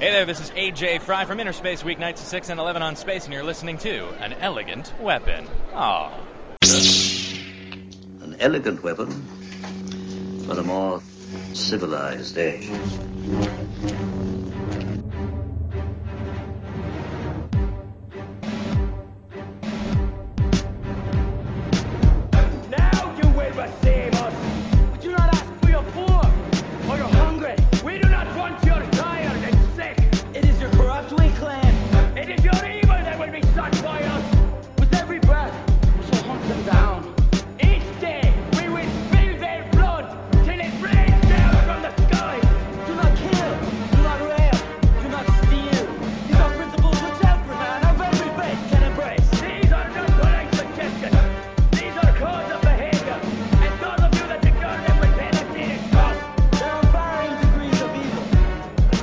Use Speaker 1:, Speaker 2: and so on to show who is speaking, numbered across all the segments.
Speaker 1: Hey there, this is AJ Fry from Interspace Weeknights at 6 and 11 on Space, and you're listening to An Elegant Weapon. Aw.
Speaker 2: An elegant weapon for the more civilized age.
Speaker 3: Now you will receive us. We do not ask for your poor or your hungry. We do not want your tired and sick. It is your corrupt weak clan. It is your evil that will be sought by us. With every breath, we shall hunt them down. Each day, we will spill their blood till it rains down from the sky. Do not kill. Do not rail. Do not steal. These are principles which every man of every race can embrace. These are not what I suggested. These are codes of behavior. And those of you that ignore them will pay the dearest cost. There are varying degrees of evil.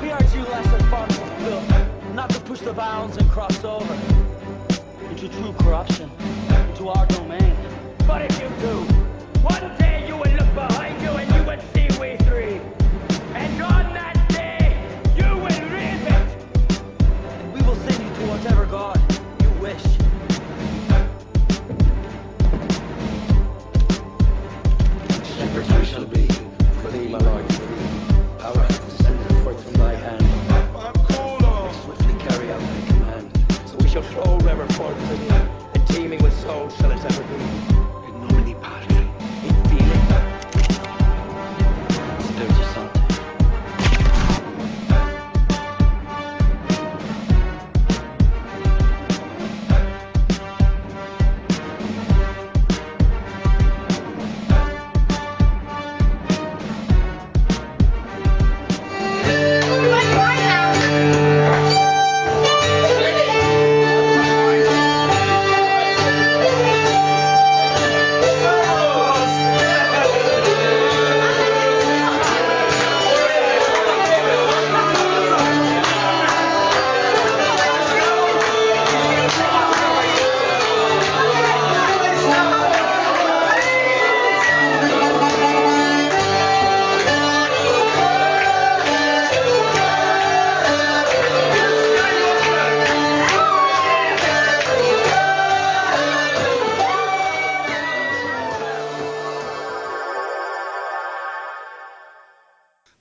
Speaker 3: We urge you less than far from filth, not to push the bounds and cross over into true corruption, into our domain. But if you do, one day you will look behind you and you will see we three. And on that day, you will reap it. And we will send you to whatever God you wish.
Speaker 4: Shepherds we shall be, for thee, my lord, for thee. Power hath descended forth from thy hand. Swiftly carry out thy command. So we shall flow ever forth to thee, and teeming with souls shall it ever be. In nomine patri, in fili, Spiritus Sancti.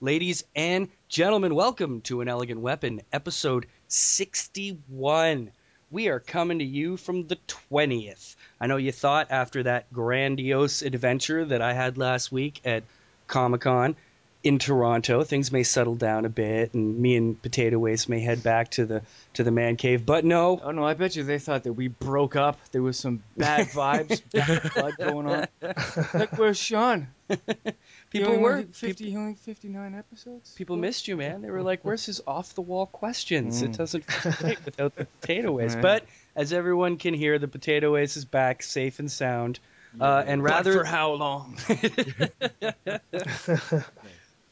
Speaker 5: Ladies and gentlemen, welcome to An Elegant Weapon, episode 61. We are coming to you from the 20th. I know you thought after that grandiose adventure that I had last week at Comic Con in Toronto, things may settle down a bit and me and Potato Waste may head back to the to the man cave. But no,
Speaker 6: Oh no, I bet you they thought that we broke up. There was some bad vibes, bad blood going on. Like where's Sean? He
Speaker 5: people
Speaker 6: only
Speaker 5: were
Speaker 6: did fifty he only fifty nine episodes?
Speaker 5: people missed you, man. They were like, "Where's his off-the-wall questions? It doesn't fit without the potato waste."
Speaker 6: Right.
Speaker 5: But as everyone can hear, the potato waste is back, safe and sound. Uh, and rather,
Speaker 6: for how long?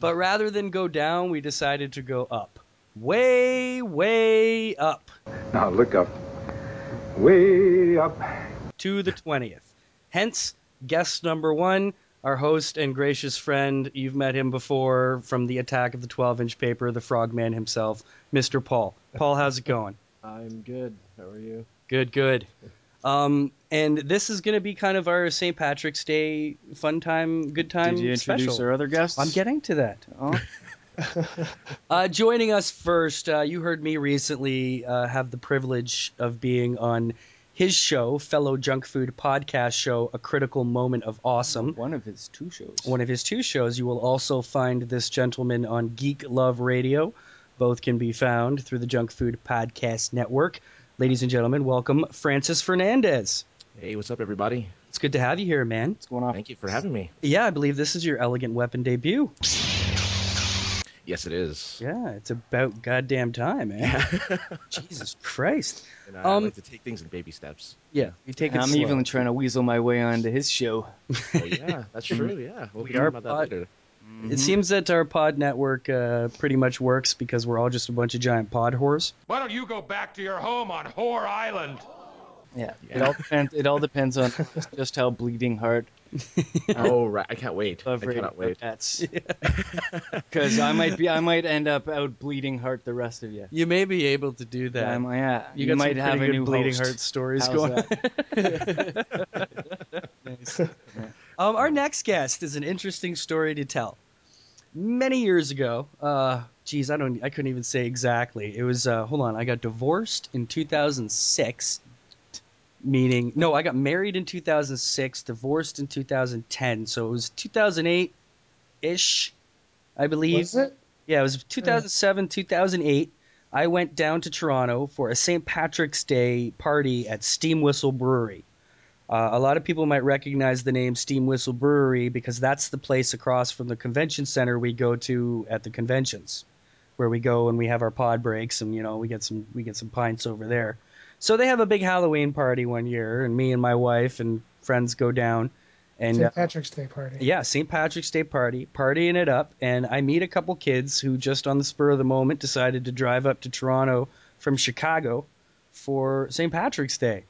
Speaker 5: but rather than go down, we decided to go up, way, way up
Speaker 7: Now look up. Way up.
Speaker 5: to the twentieth. Hence, guest number one, our host and gracious friend. You've met him before from the Attack of the Twelve-Inch Paper, the Frogman himself, Mr. Paul. Paul, how's it going?
Speaker 8: I'm good. How are you?
Speaker 5: Good, good. Um, and this is going to be kind of our St. Patrick's Day fun time, good time
Speaker 6: Did you introduce
Speaker 5: special.
Speaker 6: our other guests?
Speaker 5: I'm getting to that.
Speaker 6: Oh.
Speaker 5: Uh, joining us first, uh, you heard me recently uh, have the privilege of being on his show, fellow junk food podcast show, A Critical Moment of Awesome.
Speaker 6: one of his two shows.
Speaker 5: One of his two shows, you will also find this gentleman on Geek Love Radio. Both can be found through the Junk Food Podcast Network. Ladies and gentlemen, welcome Francis Fernandez.
Speaker 8: Hey, what's up, everybody?
Speaker 5: It's good to have you here, man.
Speaker 6: What's going on?
Speaker 8: Thank you for having me.
Speaker 5: Yeah, I believe this is your elegant weapon debut.
Speaker 8: Yes, it is.
Speaker 5: Yeah, it's about goddamn time, man. Jesus Christ.
Speaker 8: And I
Speaker 5: Um,
Speaker 8: like to take things in baby steps.
Speaker 5: Yeah,
Speaker 6: You take
Speaker 5: it
Speaker 6: I'm
Speaker 5: slow.
Speaker 6: even trying to weasel my way onto his show.
Speaker 8: Oh, yeah, that's true. Yeah, we'll
Speaker 5: We
Speaker 8: be
Speaker 5: are
Speaker 8: talking about that
Speaker 5: pod-
Speaker 8: later.
Speaker 6: Mm-hmm.
Speaker 5: it seems that our pod network uh, pretty much works because we're all just a bunch of giant pod whores.
Speaker 9: Why don't you go back to your home on Whore Island?
Speaker 6: Yeah. It all depends it all depends on just how bleeding heart
Speaker 8: oh right, I can't wait. I
Speaker 6: Love rating
Speaker 8: cannot
Speaker 6: for
Speaker 8: wait.
Speaker 6: pets. Because I might be, I might end up out bleeding heart the rest of you.
Speaker 5: You may be able to do that.
Speaker 6: Yeah, I'm- yeah,
Speaker 5: you
Speaker 6: you,
Speaker 5: got some
Speaker 6: might
Speaker 5: pretty
Speaker 6: have a
Speaker 5: good
Speaker 6: new
Speaker 5: bleeding
Speaker 6: host.
Speaker 5: heart stories
Speaker 6: How's
Speaker 5: going.
Speaker 6: that? Nice.
Speaker 5: Um, our next guest is an interesting story to tell. Many years ago, uh, geez, I don't, I couldn't even say exactly. It was, uh, hold on, I got divorced in 2006, meaning no, I got married in 2006, divorced in 2010, so it was 2008 ish, I believe.
Speaker 6: Was it?
Speaker 5: Yeah, it was 2007, 2008. I went down to Toronto for a St. Patrick's Day party at Steam Whistle Brewery. Uh, a lot of people might recognize the name Steam Whistle Brewery because that's the place across from the convention center we go to at the conventions, where we go and we have our pod breaks and you know we get some we get some pints over there. So they have a big Halloween party one year, and me and my wife and friends go down. And uh,
Speaker 10: St. Patrick's Day party.
Speaker 5: yeah, St. Patrick's Day party, partying it up, and I meet a couple kids who just on the spur of the moment decided to drive up to Toronto from Chicago for St. Patrick's Day.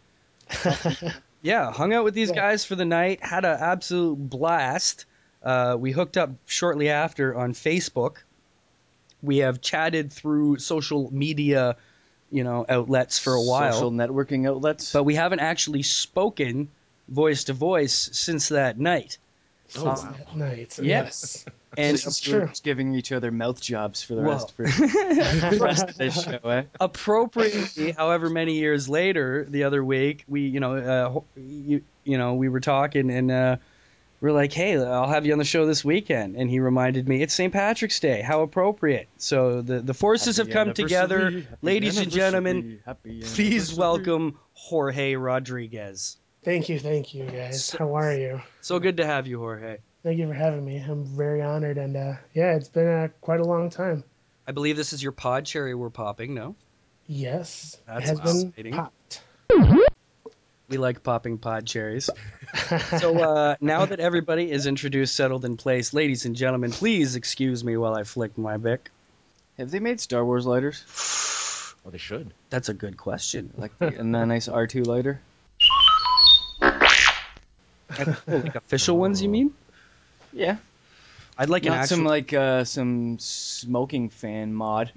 Speaker 5: yeah, hung out with these guys for the night, had an absolute blast. Uh, we hooked up shortly after on Facebook. We have chatted through social media, you know, outlets for a while
Speaker 6: Social networking outlets.
Speaker 5: but we haven't actually spoken voice to voice since that night.
Speaker 8: Oh
Speaker 10: It's
Speaker 8: wow.
Speaker 10: at
Speaker 5: Yes.
Speaker 10: night. Yes.
Speaker 5: And
Speaker 10: This is
Speaker 6: We're
Speaker 10: true.
Speaker 6: just giving each other mouth jobs for the
Speaker 5: Whoa.
Speaker 6: rest, for, the rest of this show. Eh?
Speaker 5: appropriately, however many years later, the other week we, you know, uh, ho- you, you know, we were talking and uh, we are like, "Hey, I'll have you on the show this weekend," and he reminded me it's St. Patrick's Day. How appropriate! So the the forces have come together, ladies and gentlemen. Please welcome Jorge Rodriguez.
Speaker 10: Thank you, thank you guys. How are you?
Speaker 5: So good to have you, Jorge.
Speaker 10: Thank you for having me. I'm very honored, and uh, yeah, it's been uh, quite a long time.
Speaker 5: I believe this is your pod cherry we're popping. No.
Speaker 10: Yes,
Speaker 5: That's
Speaker 10: it has
Speaker 5: fascinating.
Speaker 10: been popped.
Speaker 5: We like popping pod cherries. so uh, now that everybody is introduced, settled in place, ladies and gentlemen, please excuse me while I flick my bic.
Speaker 6: Have they made Star Wars lighters?
Speaker 8: Oh, they should.
Speaker 5: That's a good question. Like,
Speaker 6: Like the, and a nice R two lighter.
Speaker 5: like official ones, you mean?
Speaker 6: Yeah,
Speaker 5: I'd like an
Speaker 6: not
Speaker 5: actual.
Speaker 6: some like uh, some smoking fan mod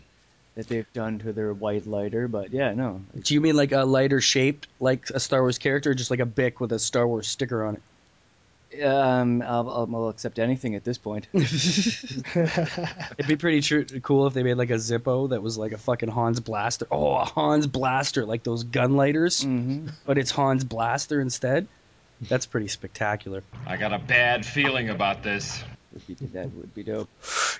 Speaker 6: that they've done to their white lighter, but yeah, no,
Speaker 5: do you mean like a lighter shaped, like a Star Wars character, or just like a bic with a Star Wars sticker on it?
Speaker 6: um, I'll, I'll, I'll accept anything at this point.
Speaker 5: It'd be pretty true, cool if they made like a Zippo that was like a fucking Hans blaster. Oh, a Hans blaster, like those gun lighters,
Speaker 6: hmm
Speaker 5: but it's Hans blaster instead. That's pretty spectacular.
Speaker 9: I got a bad feeling about this.
Speaker 6: If you did that, would be dope.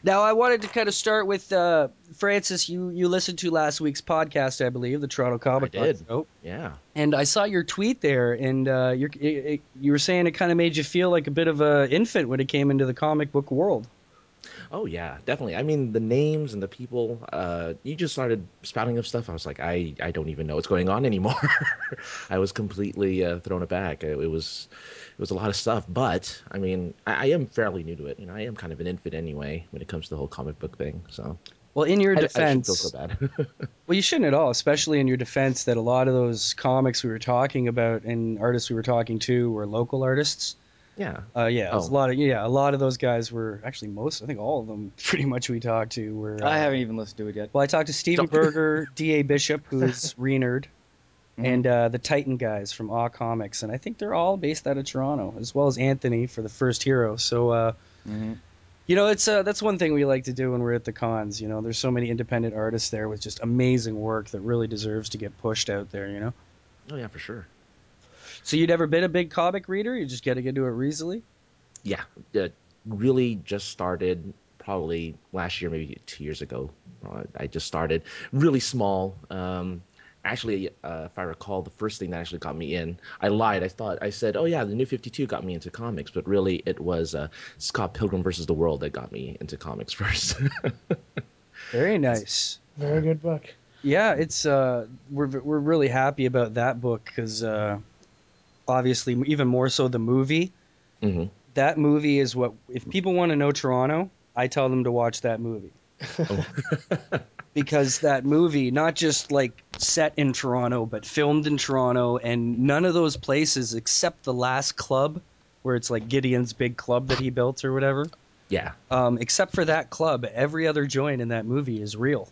Speaker 5: Now, I wanted to kind of start with uh, Francis. You you listened to last week's podcast, I believe, the Toronto Comic Con
Speaker 8: did.
Speaker 5: show,
Speaker 8: Yeah.
Speaker 5: and I saw your tweet there, and uh, you're, it, it, you were saying it kind of made you feel like a bit of a infant when it came into the comic book world.
Speaker 8: Oh yeah, definitely. I mean, the names and the people. Uh, you just started spouting up stuff. I was like, I, I don't even know what's going on anymore. I was completely uh, thrown aback. It, it was, it was a lot of stuff. But I mean, I, I am fairly new to it. You know, I am kind of an infant anyway when it comes to the whole comic book thing. So
Speaker 5: Well, in your
Speaker 8: I, I shouldn't
Speaker 5: defense,
Speaker 8: feel so bad.
Speaker 5: well, you shouldn't at all, especially in your defense that a lot of those comics we were talking about and artists we were talking to were local artists.
Speaker 8: yeah.
Speaker 5: Uh, yeah, it was
Speaker 8: Oh.
Speaker 5: a lot of yeah, a lot of those guys were actually most, I think all of them, pretty much we talked to were.
Speaker 6: I
Speaker 5: uh,
Speaker 6: haven't even listened to it yet.
Speaker 5: Well, I talked to Steven
Speaker 8: Don't-
Speaker 5: Berger, D.A. Bishop, who is Renerd,
Speaker 8: Mm-hmm.
Speaker 6: Mhm.
Speaker 5: and uh, the Titan guys from Aw Comics, and I think they're all based out of Toronto, as well as Anthony for the first hero. So, uh,
Speaker 8: Mm-hmm.
Speaker 6: Mhm.
Speaker 5: you know, it's uh, that's one thing we like to do when we're at the cons. You know, there's so many independent artists there with just amazing work that really deserves to get pushed out there. You know,
Speaker 8: Oh yeah, for sure.
Speaker 5: so you'd ever been a big comic reader? You just got to get into it easily.
Speaker 8: Yeah. Uh, really, just started probably last year, maybe two years ago. Uh, I just started really small. Um, actually, uh, if I recall, the first thing that actually got me in, I lied. I thought I said, "Oh yeah, the New Fifty Two got me into comics," but really, it was uh, Scott Pilgrim versus the World that got me into comics first.
Speaker 5: Very nice.
Speaker 10: Very good book.
Speaker 5: Yeah, it's uh, we're we're really happy about that book because uh, obviously even more so the movie.
Speaker 8: hmm
Speaker 5: that movie is what if people want to know Toronto, I tell them to watch that movie.
Speaker 8: Oh,
Speaker 5: because that movie not just like set in Toronto but filmed in Toronto and none of those places except the last club where it's like Gideon's big club that he built or whatever.
Speaker 8: Yeah.
Speaker 5: Um, except for that club, every other joint in that movie is real.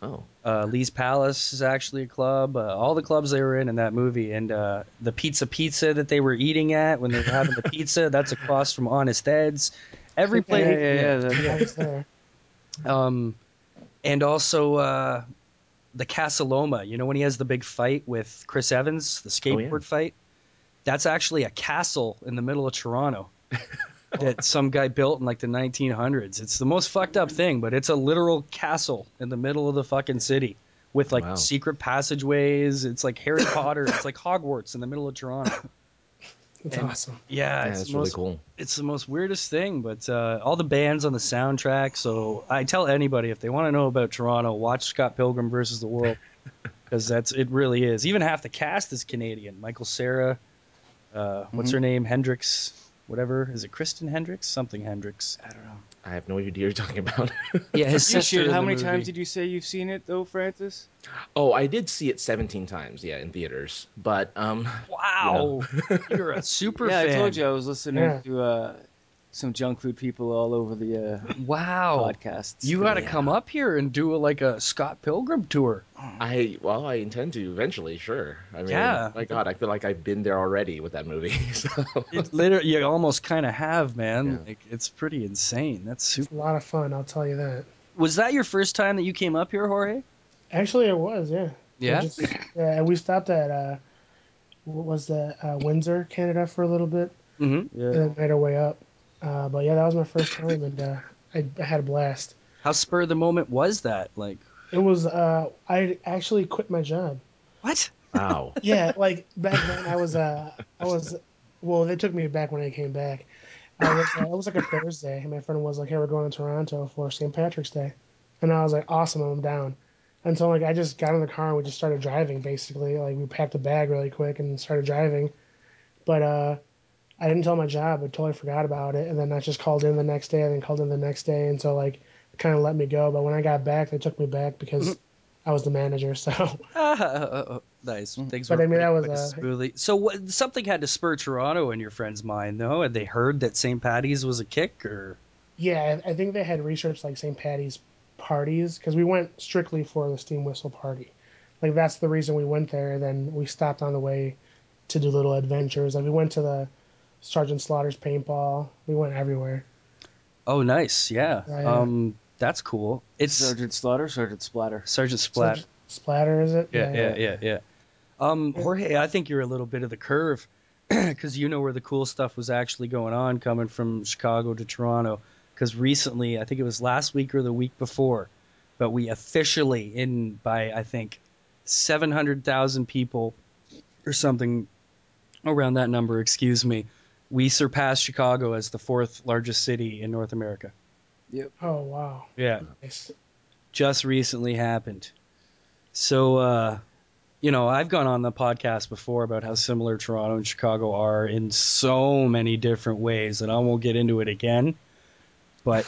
Speaker 8: Oh.
Speaker 5: Uh, Lee's Palace is actually a club. Uh, all the clubs they were in in that movie, and uh, the Pizza Pizza that they were eating at when they were having the pizza, that's across from Honest Ed's. Every place.
Speaker 10: Yeah, yeah, yeah, that- I was there.
Speaker 5: Um, and also uh, the Casaloma. You know when he has the big fight with Chris Evans, the
Speaker 8: Oh, yeah.
Speaker 5: skateboard fight. That's actually a castle in the middle of Toronto that some guy built in like the 1900s. It's the most fucked up thing, but it's a literal castle in the middle of the fucking city with like
Speaker 8: Wow.
Speaker 5: secret passageways. It's like Harry Potter. It's like Hogwarts in the middle of Toronto.
Speaker 10: That's
Speaker 5: And-
Speaker 10: awesome.
Speaker 5: Yeah,
Speaker 8: Yeah,
Speaker 5: it's
Speaker 8: that's
Speaker 5: the
Speaker 8: really
Speaker 5: most
Speaker 8: cool.
Speaker 5: it's the most weirdest thing, but uh, all the bands on the soundtrack. So I tell anybody if they want to know about Toronto, watch Scott Pilgrim versus the World because that's it. Really is. Even half the cast is Canadian. Michael Sarah, uh, what's
Speaker 8: Mm-hmm.
Speaker 5: her name? Hendrix, whatever. Is it Kristen Hendrix? Something Hendrix.
Speaker 6: I don't know.
Speaker 8: I have no idea what you're talking about.
Speaker 5: Yeah, his
Speaker 6: You should. How many times did you say you've seen it though, Francis?
Speaker 8: oh, I did see it 17 times, yeah, in theaters. But um,
Speaker 5: Wow, you're a super
Speaker 6: yeah,
Speaker 5: fan.
Speaker 6: I told you I was listening
Speaker 10: Yeah.
Speaker 6: to uh, some junk food people all over the uh,
Speaker 5: Wow,
Speaker 6: podcasts.
Speaker 5: Oh, you got to
Speaker 8: Yeah.
Speaker 5: come up here and do a, like a Scott Pilgrim tour.
Speaker 8: I well, I intend to eventually, sure. I mean,
Speaker 5: Yeah.
Speaker 8: my God, I feel like I've been there already with that movie. So
Speaker 5: It literally, you almost kind of have, man.
Speaker 8: Yeah.
Speaker 5: Like it's pretty insane. That's super.
Speaker 10: It's a lot of fun, I'll tell you that.
Speaker 5: Was that your first time that you came up here, Jorge?
Speaker 10: Actually, it was, yeah.
Speaker 5: Yeah?
Speaker 10: I just- yeah, and we stopped at, uh, what was that, uh, Windsor, Canada for a little bit,
Speaker 5: Mm-hmm.
Speaker 10: and
Speaker 6: Yeah.
Speaker 10: then made our way up. Uh, but yeah, that was my first time, and uh, I, I had a blast.
Speaker 5: How spur of the moment was that? Like
Speaker 10: It was, uh, I actually quit my job.
Speaker 5: what?
Speaker 8: wow,
Speaker 10: Yeah, like back then I was, uh, I was, well, they took me back when I came back. I was, uh, it was like a Thursday, and my friend was like, "Hey, we're going to Toronto for St. Patrick's Day," and I was like, "Awesome, I'm down." And so like I just got in the car and we just started driving. Basically, like we packed a bag really quick and started driving. But uh, I didn't tell my job. I totally forgot about it, and then I just called in the next day, and then called in the next day, and so like kind of let me go. But when I got back, they took me back because I was the manager. So
Speaker 5: Ah, nice. Things
Speaker 10: But
Speaker 5: were
Speaker 10: I mean, that
Speaker 5: pretty
Speaker 10: was,
Speaker 5: quick,
Speaker 10: uh,
Speaker 5: smoothly. So what, something had to spur Toronto in your friend's mind, though. Had they heard that St. Patty's was a kick, or
Speaker 10: yeah, I, I think they had researched like St. Patty's parties because we went strictly for the steam whistle party. Like that's the reason we went there. And then we stopped on the way to do little adventures. Like we went to the Sergeant Slaughter's paintball. We went everywhere.
Speaker 5: oh, nice, yeah.
Speaker 10: Yeah, yeah.
Speaker 5: Um, that's cool. It's Sergeant,
Speaker 6: Sergeant Slaughter, Sergeant Splatter.
Speaker 5: Splat.
Speaker 10: Sergeant Splatter is it?
Speaker 5: yeah, yeah, yeah, yeah. Um, Jorge, I think you're a little bit of the curve because you know where the cool stuff was actually going on coming from Chicago to Toronto. Because recently, I think it was last week or the week before, but we officially in by I think 700,000 people or something around that number. Excuse me. We surpassed Chicago as the fourth largest city in North America.
Speaker 10: Oh wow.
Speaker 5: Yeah
Speaker 10: Nice.
Speaker 5: just recently happened. So, uh, you know, I've gone on the podcast before about how similar Toronto and Chicago are in so many different ways, and I won't get into it again. But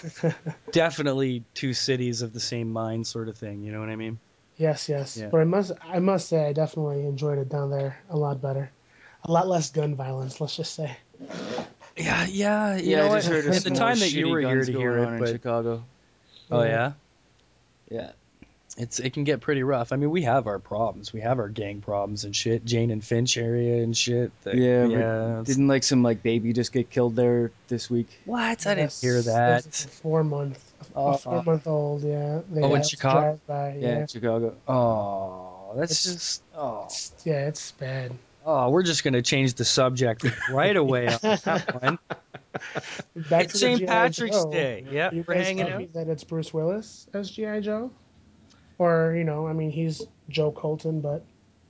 Speaker 5: definitely two cities of the same mind, sort of thing. You know what I mean?
Speaker 10: Yes, yes.
Speaker 5: Yeah.
Speaker 10: But I must, I must say, I definitely enjoyed it down there a lot better. A lot less gun violence, let's just say.
Speaker 5: Yeah, yeah. You
Speaker 6: yeah,
Speaker 5: know
Speaker 6: I
Speaker 5: what?
Speaker 6: just heard
Speaker 5: And the time that you were here to hear
Speaker 6: in
Speaker 5: it, but
Speaker 6: Chicago.
Speaker 5: oh yeah,
Speaker 6: Yeah,
Speaker 5: it's it can get pretty rough. I mean, we have our problems. We have our gang problems and shit. Jane and Finch area and shit. The-
Speaker 6: Yeah, but
Speaker 5: yeah. it's-
Speaker 6: didn't like some like baby just get killed there this week?
Speaker 5: What? I Uh-huh. didn't
Speaker 10: Yes,
Speaker 5: hear
Speaker 10: there's
Speaker 5: that.
Speaker 10: a four month,
Speaker 6: Oh.
Speaker 10: a four month old. Yeah. They
Speaker 5: Oh, in
Speaker 10: had to
Speaker 5: Chicago?
Speaker 10: drive by,
Speaker 6: Yeah,
Speaker 10: yeah.
Speaker 6: in Chicago.
Speaker 5: Oh, that's
Speaker 10: It's-
Speaker 5: just oh,
Speaker 10: It's- yeah, it's bad.
Speaker 5: oh, we're just gonna change the subject right away on that one.
Speaker 10: Back
Speaker 5: It's
Speaker 10: to the
Speaker 5: St.
Speaker 10: G.I.
Speaker 5: Patrick's
Speaker 10: Joe.
Speaker 5: Day. Yep,
Speaker 10: Are you
Speaker 5: we're
Speaker 10: guys
Speaker 5: hanging
Speaker 10: happy
Speaker 5: out.
Speaker 10: That it's Bruce Willis as GI Joe, or you know, I mean, he's Joe Colton, but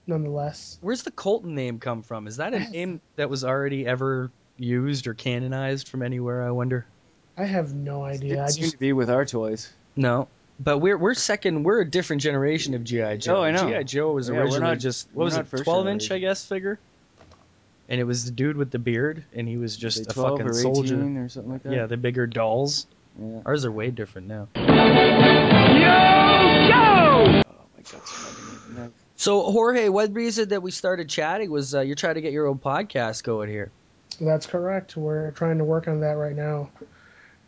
Speaker 10: nonetheless,
Speaker 5: Where's the Colton name come from? Is that a name that was already ever used or canonized from anywhere? I wonder.
Speaker 10: I have no idea.
Speaker 6: Didn't
Speaker 10: I
Speaker 6: seem
Speaker 10: just
Speaker 6: to be with our toys.
Speaker 5: No. But we're we're second. We're a different generation of GI Joe.
Speaker 6: I know.
Speaker 5: GI Joe was
Speaker 6: Yeah, we're
Speaker 5: originally
Speaker 6: not-
Speaker 5: just
Speaker 6: we're
Speaker 5: what was
Speaker 6: not
Speaker 5: it,
Speaker 6: first
Speaker 5: twelve inch, I
Speaker 6: generation.
Speaker 5: guess, figure. And it was the dude with the beard, and he was
Speaker 6: Were
Speaker 5: just
Speaker 6: they
Speaker 5: a
Speaker 6: 12
Speaker 5: fucking
Speaker 6: or 18
Speaker 5: soldier.
Speaker 6: or something like that.
Speaker 5: Yeah, the bigger dolls.
Speaker 6: Yeah.
Speaker 5: Ours are way different now.
Speaker 6: Oh my god. somebody- no.
Speaker 5: So Jorge, one reason that we started chatting was uh, you're trying to get your own podcast going here.
Speaker 10: that's correct. We're trying to work on that right now,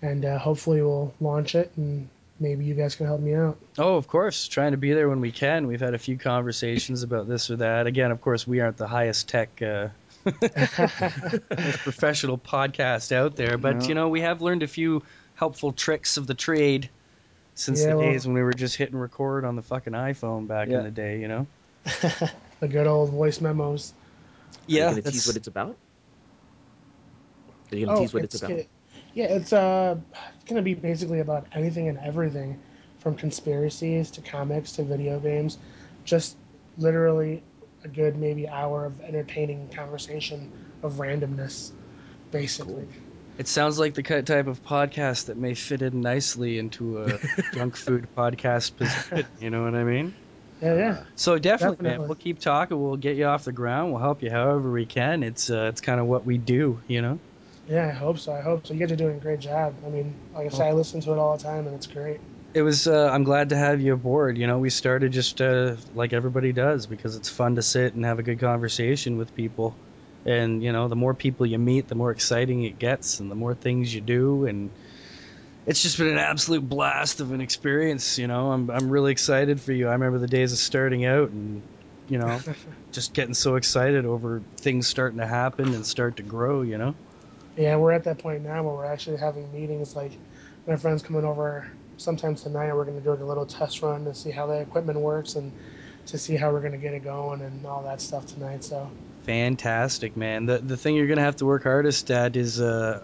Speaker 10: and uh, hopefully we'll launch it, and maybe you guys can help me out.
Speaker 5: Oh, of course, trying to be there when we can. We've had a few conversations about this or that. Again, of course, we aren't the highest tech uh, professional podcast out there, but
Speaker 6: No.
Speaker 5: you know, we have learned a few helpful tricks of the trade since
Speaker 10: Yeah,
Speaker 5: the
Speaker 10: well-
Speaker 5: days when we were just hitting record on the fucking iPhone back
Speaker 6: Yeah.
Speaker 5: in the day, you know.
Speaker 10: The good old voice memos.
Speaker 5: Yeah,
Speaker 8: Are you gonna
Speaker 5: that's- Oh,
Speaker 8: tease what it's about? Are you gonna tease what it's, about?
Speaker 10: Oh, gonna- yeah, it's uh, it's gonna be basically about anything and everything, from conspiracies to comics to video games, just literally a good maybe hour of entertaining conversation of randomness, basically.
Speaker 5: It sounds like the ki- type of podcast that may fit in nicely into a junk food podcast position. You know what I mean?
Speaker 10: Yeah, yeah.
Speaker 5: So definitely, man,
Speaker 10: Definitely.
Speaker 5: we'll keep talking. We'll get you off the ground. We'll help you however we can. It's uh, it's kind of what we do, you know.
Speaker 10: Yeah, I hope so. I hope so. You guys are doing a great job. I mean, like I said, I listen to it all the time, and it's great.
Speaker 5: It was. Uh, I'm glad to have you aboard. You know, we started just uh, like everybody does because it's fun to sit and have a good conversation with people, and you know, the more people you meet, the more exciting it gets, and the more things you do, and it's just been an absolute blast of an experience. You know, I'm I'm really excited for you. I remember the days of starting out and you know, just getting so excited over things starting to happen and start to grow. You know.
Speaker 10: Yeah, we're at that point now where we're actually having meetings. Like, my friend's coming over sometimes tonight. and We're going to do like a little test run to see how the equipment works and to see how we're going to get it going and all that stuff tonight. So,
Speaker 5: Fantastic, man. The the thing you're gonna have to work hardest at is uh,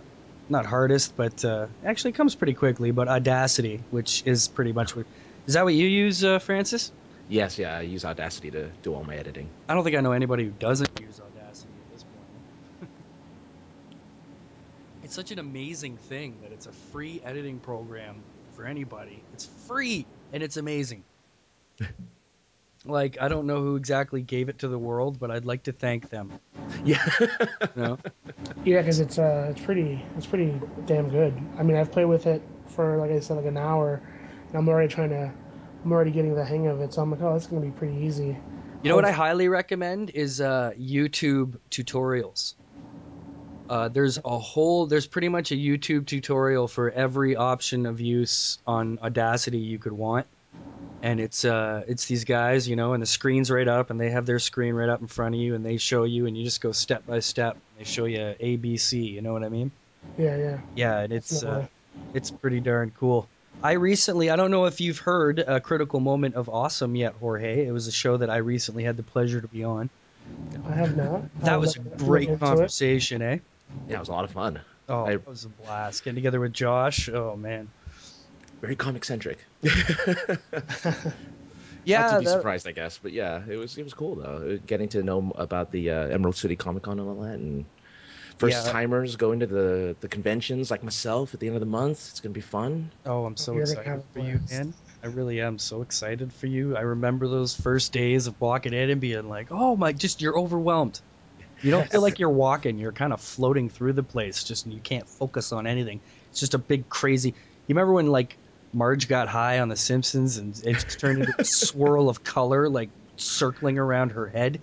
Speaker 5: not hardest, but uh, actually it comes pretty quickly. But Audacity, which is pretty much what is that what you use, uh, Francis?
Speaker 8: Yes, yeah. I use Audacity to do all my editing.
Speaker 5: I don't think I know anybody who doesn't use Audacity at this point. it's such an amazing thing that it's a free editing program for anybody. It's free and it's amazing. like I don't know who exactly gave it to the world, but I'd like to thank them.
Speaker 8: Yeah.
Speaker 5: You know?
Speaker 10: yeah, because it's uh, it's pretty, it's pretty damn good. I mean, I've played with it for like I said, like an hour, and I'm already trying to, I'm already getting the hang of it. So I'm like, oh, that's going to be pretty easy.
Speaker 5: You know what I highly recommend is uh, YouTube tutorials. Uh, there's a whole, there's pretty much a YouTube tutorial for every option of use on Audacity you could want, and it's uh, it's these guys, you know, and the screen's right up, and they have their screen right up in front of you, and they show you, and you just go step by step. They show you A B C, you know what I mean?
Speaker 10: Yeah, yeah.
Speaker 5: Yeah, and it's
Speaker 10: Yeah.
Speaker 5: uh, it's pretty darn cool. I recently, I don't know if you've heard a critical moment of awesome yet, Jorge. It was a show that I recently had the pleasure to be on.
Speaker 10: I have not. I
Speaker 5: That
Speaker 10: would
Speaker 5: was a
Speaker 10: like to look
Speaker 5: great
Speaker 10: Oh, into it.
Speaker 5: conversation, eh?
Speaker 8: Yeah, it was a lot of fun.
Speaker 5: Oh,
Speaker 8: I-
Speaker 5: that was a blast. Getting together with Josh. Oh man.
Speaker 8: Very comic centric. Not
Speaker 5: Yeah,
Speaker 8: to be surprised, I guess. But yeah, it was it was cool though. Uh, Getting to know about the uh, Emerald City Comic Con and all that, and first
Speaker 5: Yeah.
Speaker 8: timers going to the the conventions like myself at the end of the month. It's gonna be fun.
Speaker 5: Oh, I'm so
Speaker 10: You're gonna
Speaker 5: excited
Speaker 10: have
Speaker 5: for you,
Speaker 10: blast.
Speaker 5: man. I really am so excited for you. I remember those first days of walking in and being like, "Oh my, just you're overwhelmed. You don't feel like you're walking. You're kind of floating through the place. Just you can't focus on anything. It's just a big crazy. You remember when like Marge got high on The Simpsons and it just turned into a swirl of color like circling around her head?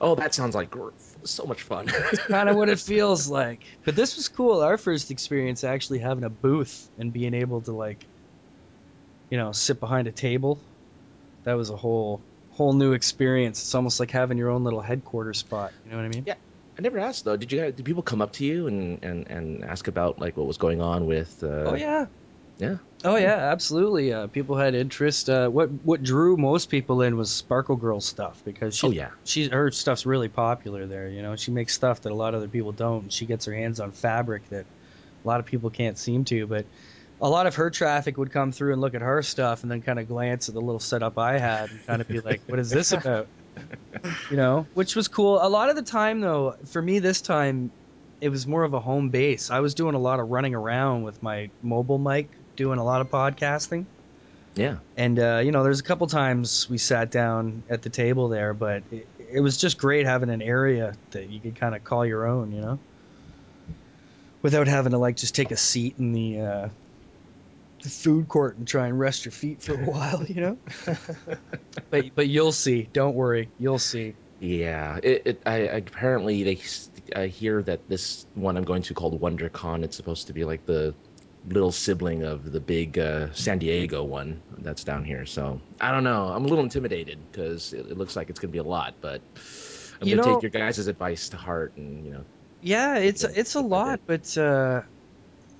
Speaker 8: Oh, that sounds like gr- so much fun.
Speaker 5: kind of what it feels like. But this was cool. Our first experience actually having a booth and being able to like, you know, sit behind a table. That was a whole whole new experience. It's almost like having your own little headquarters spot. You know what I mean?
Speaker 8: Yeah. I never asked though. Did you guys, did people come up to you and, and, and ask about like what was going on with? Uh,
Speaker 5: Oh yeah.
Speaker 8: yeah.
Speaker 5: Oh yeah, absolutely. Uh, people had interest. Uh, what what drew most people in was Sparkle Girl stuff because she
Speaker 8: Oh, yeah.
Speaker 5: she her stuff's really popular there. You know, she makes stuff that a lot of other people don't. and She gets her hands on fabric that a lot of people can't seem to. But a lot of her traffic would come through and look at her stuff and then kind of glance at the little setup I had and kind of be like, "What is this about?" You know, which was cool. A lot of the time though, for me this time, it was more of a home base. I was doing a lot of running around with my mobile mic, doing a lot of podcasting.
Speaker 8: Yeah.
Speaker 5: And uh, you know, there's a couple times we sat down at the table there, but it, it was just great having an area that you could kind of call your own, you know, without having to like just take a seat in the uh, the food court and try and rest your feet for a while, you know. but but you'll see. Don't worry, you'll see.
Speaker 8: Yeah, it, it I apparently they s- I hear that this one I'm going to called WonderCon. It's supposed to be like the little sibling of the big uh, San Diego one that's down here. So I don't know. I'm a little intimidated because it, it looks like it's going to be a lot. But I'm
Speaker 5: You
Speaker 8: going to
Speaker 5: know-
Speaker 8: take your guys' advice to heart, and you know,
Speaker 5: Yeah, it's it's a lot, but uh,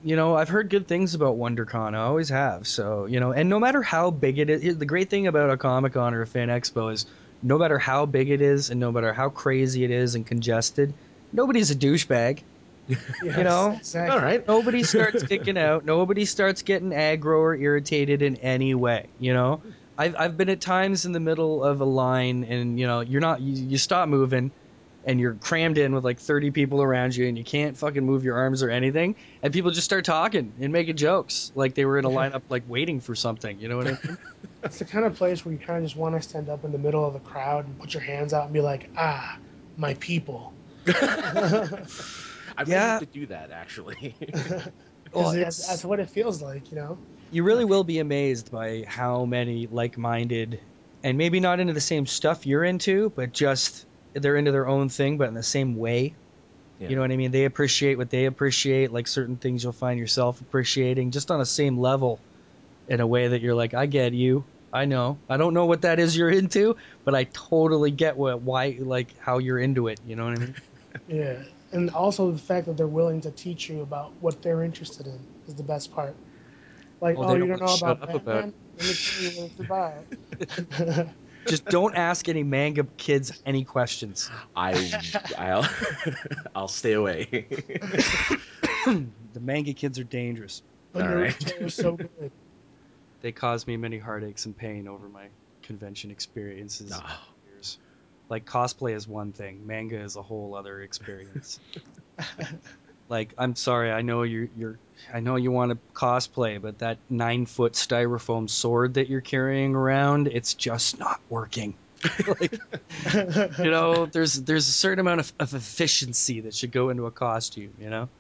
Speaker 5: you know, I've heard good things about WonderCon. I always have. So you know, and no matter how big it is, the great thing about a Comic Con or a Fan Expo is, no matter how big it is, and no matter how crazy it is and congested, nobody's a douchebag. you know,
Speaker 10: exactly.
Speaker 8: all right.
Speaker 5: nobody starts kicking out. Nobody starts getting aggro or irritated in any way. You know, I've I've been at times in the middle of a line, and you know, you're not you, you stop moving, and you're crammed in with like 30 people around you, and you can't fucking move your arms or anything, and people just start talking and making jokes like they were in a lineup like waiting for something. You know what I mean?
Speaker 10: It's the kind of place where you kind of just want to stand up in the middle of the crowd and put your hands out and be like, ah, my people.
Speaker 8: I may
Speaker 5: Yeah.
Speaker 8: have to do that actually.
Speaker 10: 'Cause
Speaker 5: Well,
Speaker 10: that's,
Speaker 5: it's-
Speaker 10: that's what it feels like, you know?
Speaker 5: you really will be amazed by how many like-minded and maybe not into the same stuff you're into but just they're into their own thing but in the same way
Speaker 8: Yeah.
Speaker 5: you know what i mean they appreciate what they appreciate like certain things you'll find yourself appreciating just on the same level in a way that you're like i get you i know i don't know what that is you're into but i totally get what why like how you're into it you know what i mean
Speaker 10: Yeah. And also the fact that they're willing to teach you about what they're interested in is the best part. Like,
Speaker 5: Well, they
Speaker 10: oh,
Speaker 5: don't
Speaker 10: you don't
Speaker 5: wanna
Speaker 10: know
Speaker 5: shut
Speaker 10: about
Speaker 5: up about
Speaker 10: Batman? Let me tell you what it's about.
Speaker 5: just don't ask any manga kids any questions
Speaker 8: I I'll I'll stay away.
Speaker 5: the manga kids are dangerous
Speaker 10: But
Speaker 8: All right.
Speaker 10: Naruto was so good.
Speaker 5: they caused me many heartaches and pain over my convention experiences
Speaker 8: No.
Speaker 5: and years. Like cosplay is one thing, manga is a whole other experience. like I'm sorry, I know you you're I know you want to cosplay, but that 9-foot styrofoam sword that you're carrying around, it's just not working. like you know, there's there's a certain amount of, of efficiency that should go into a costume, you know?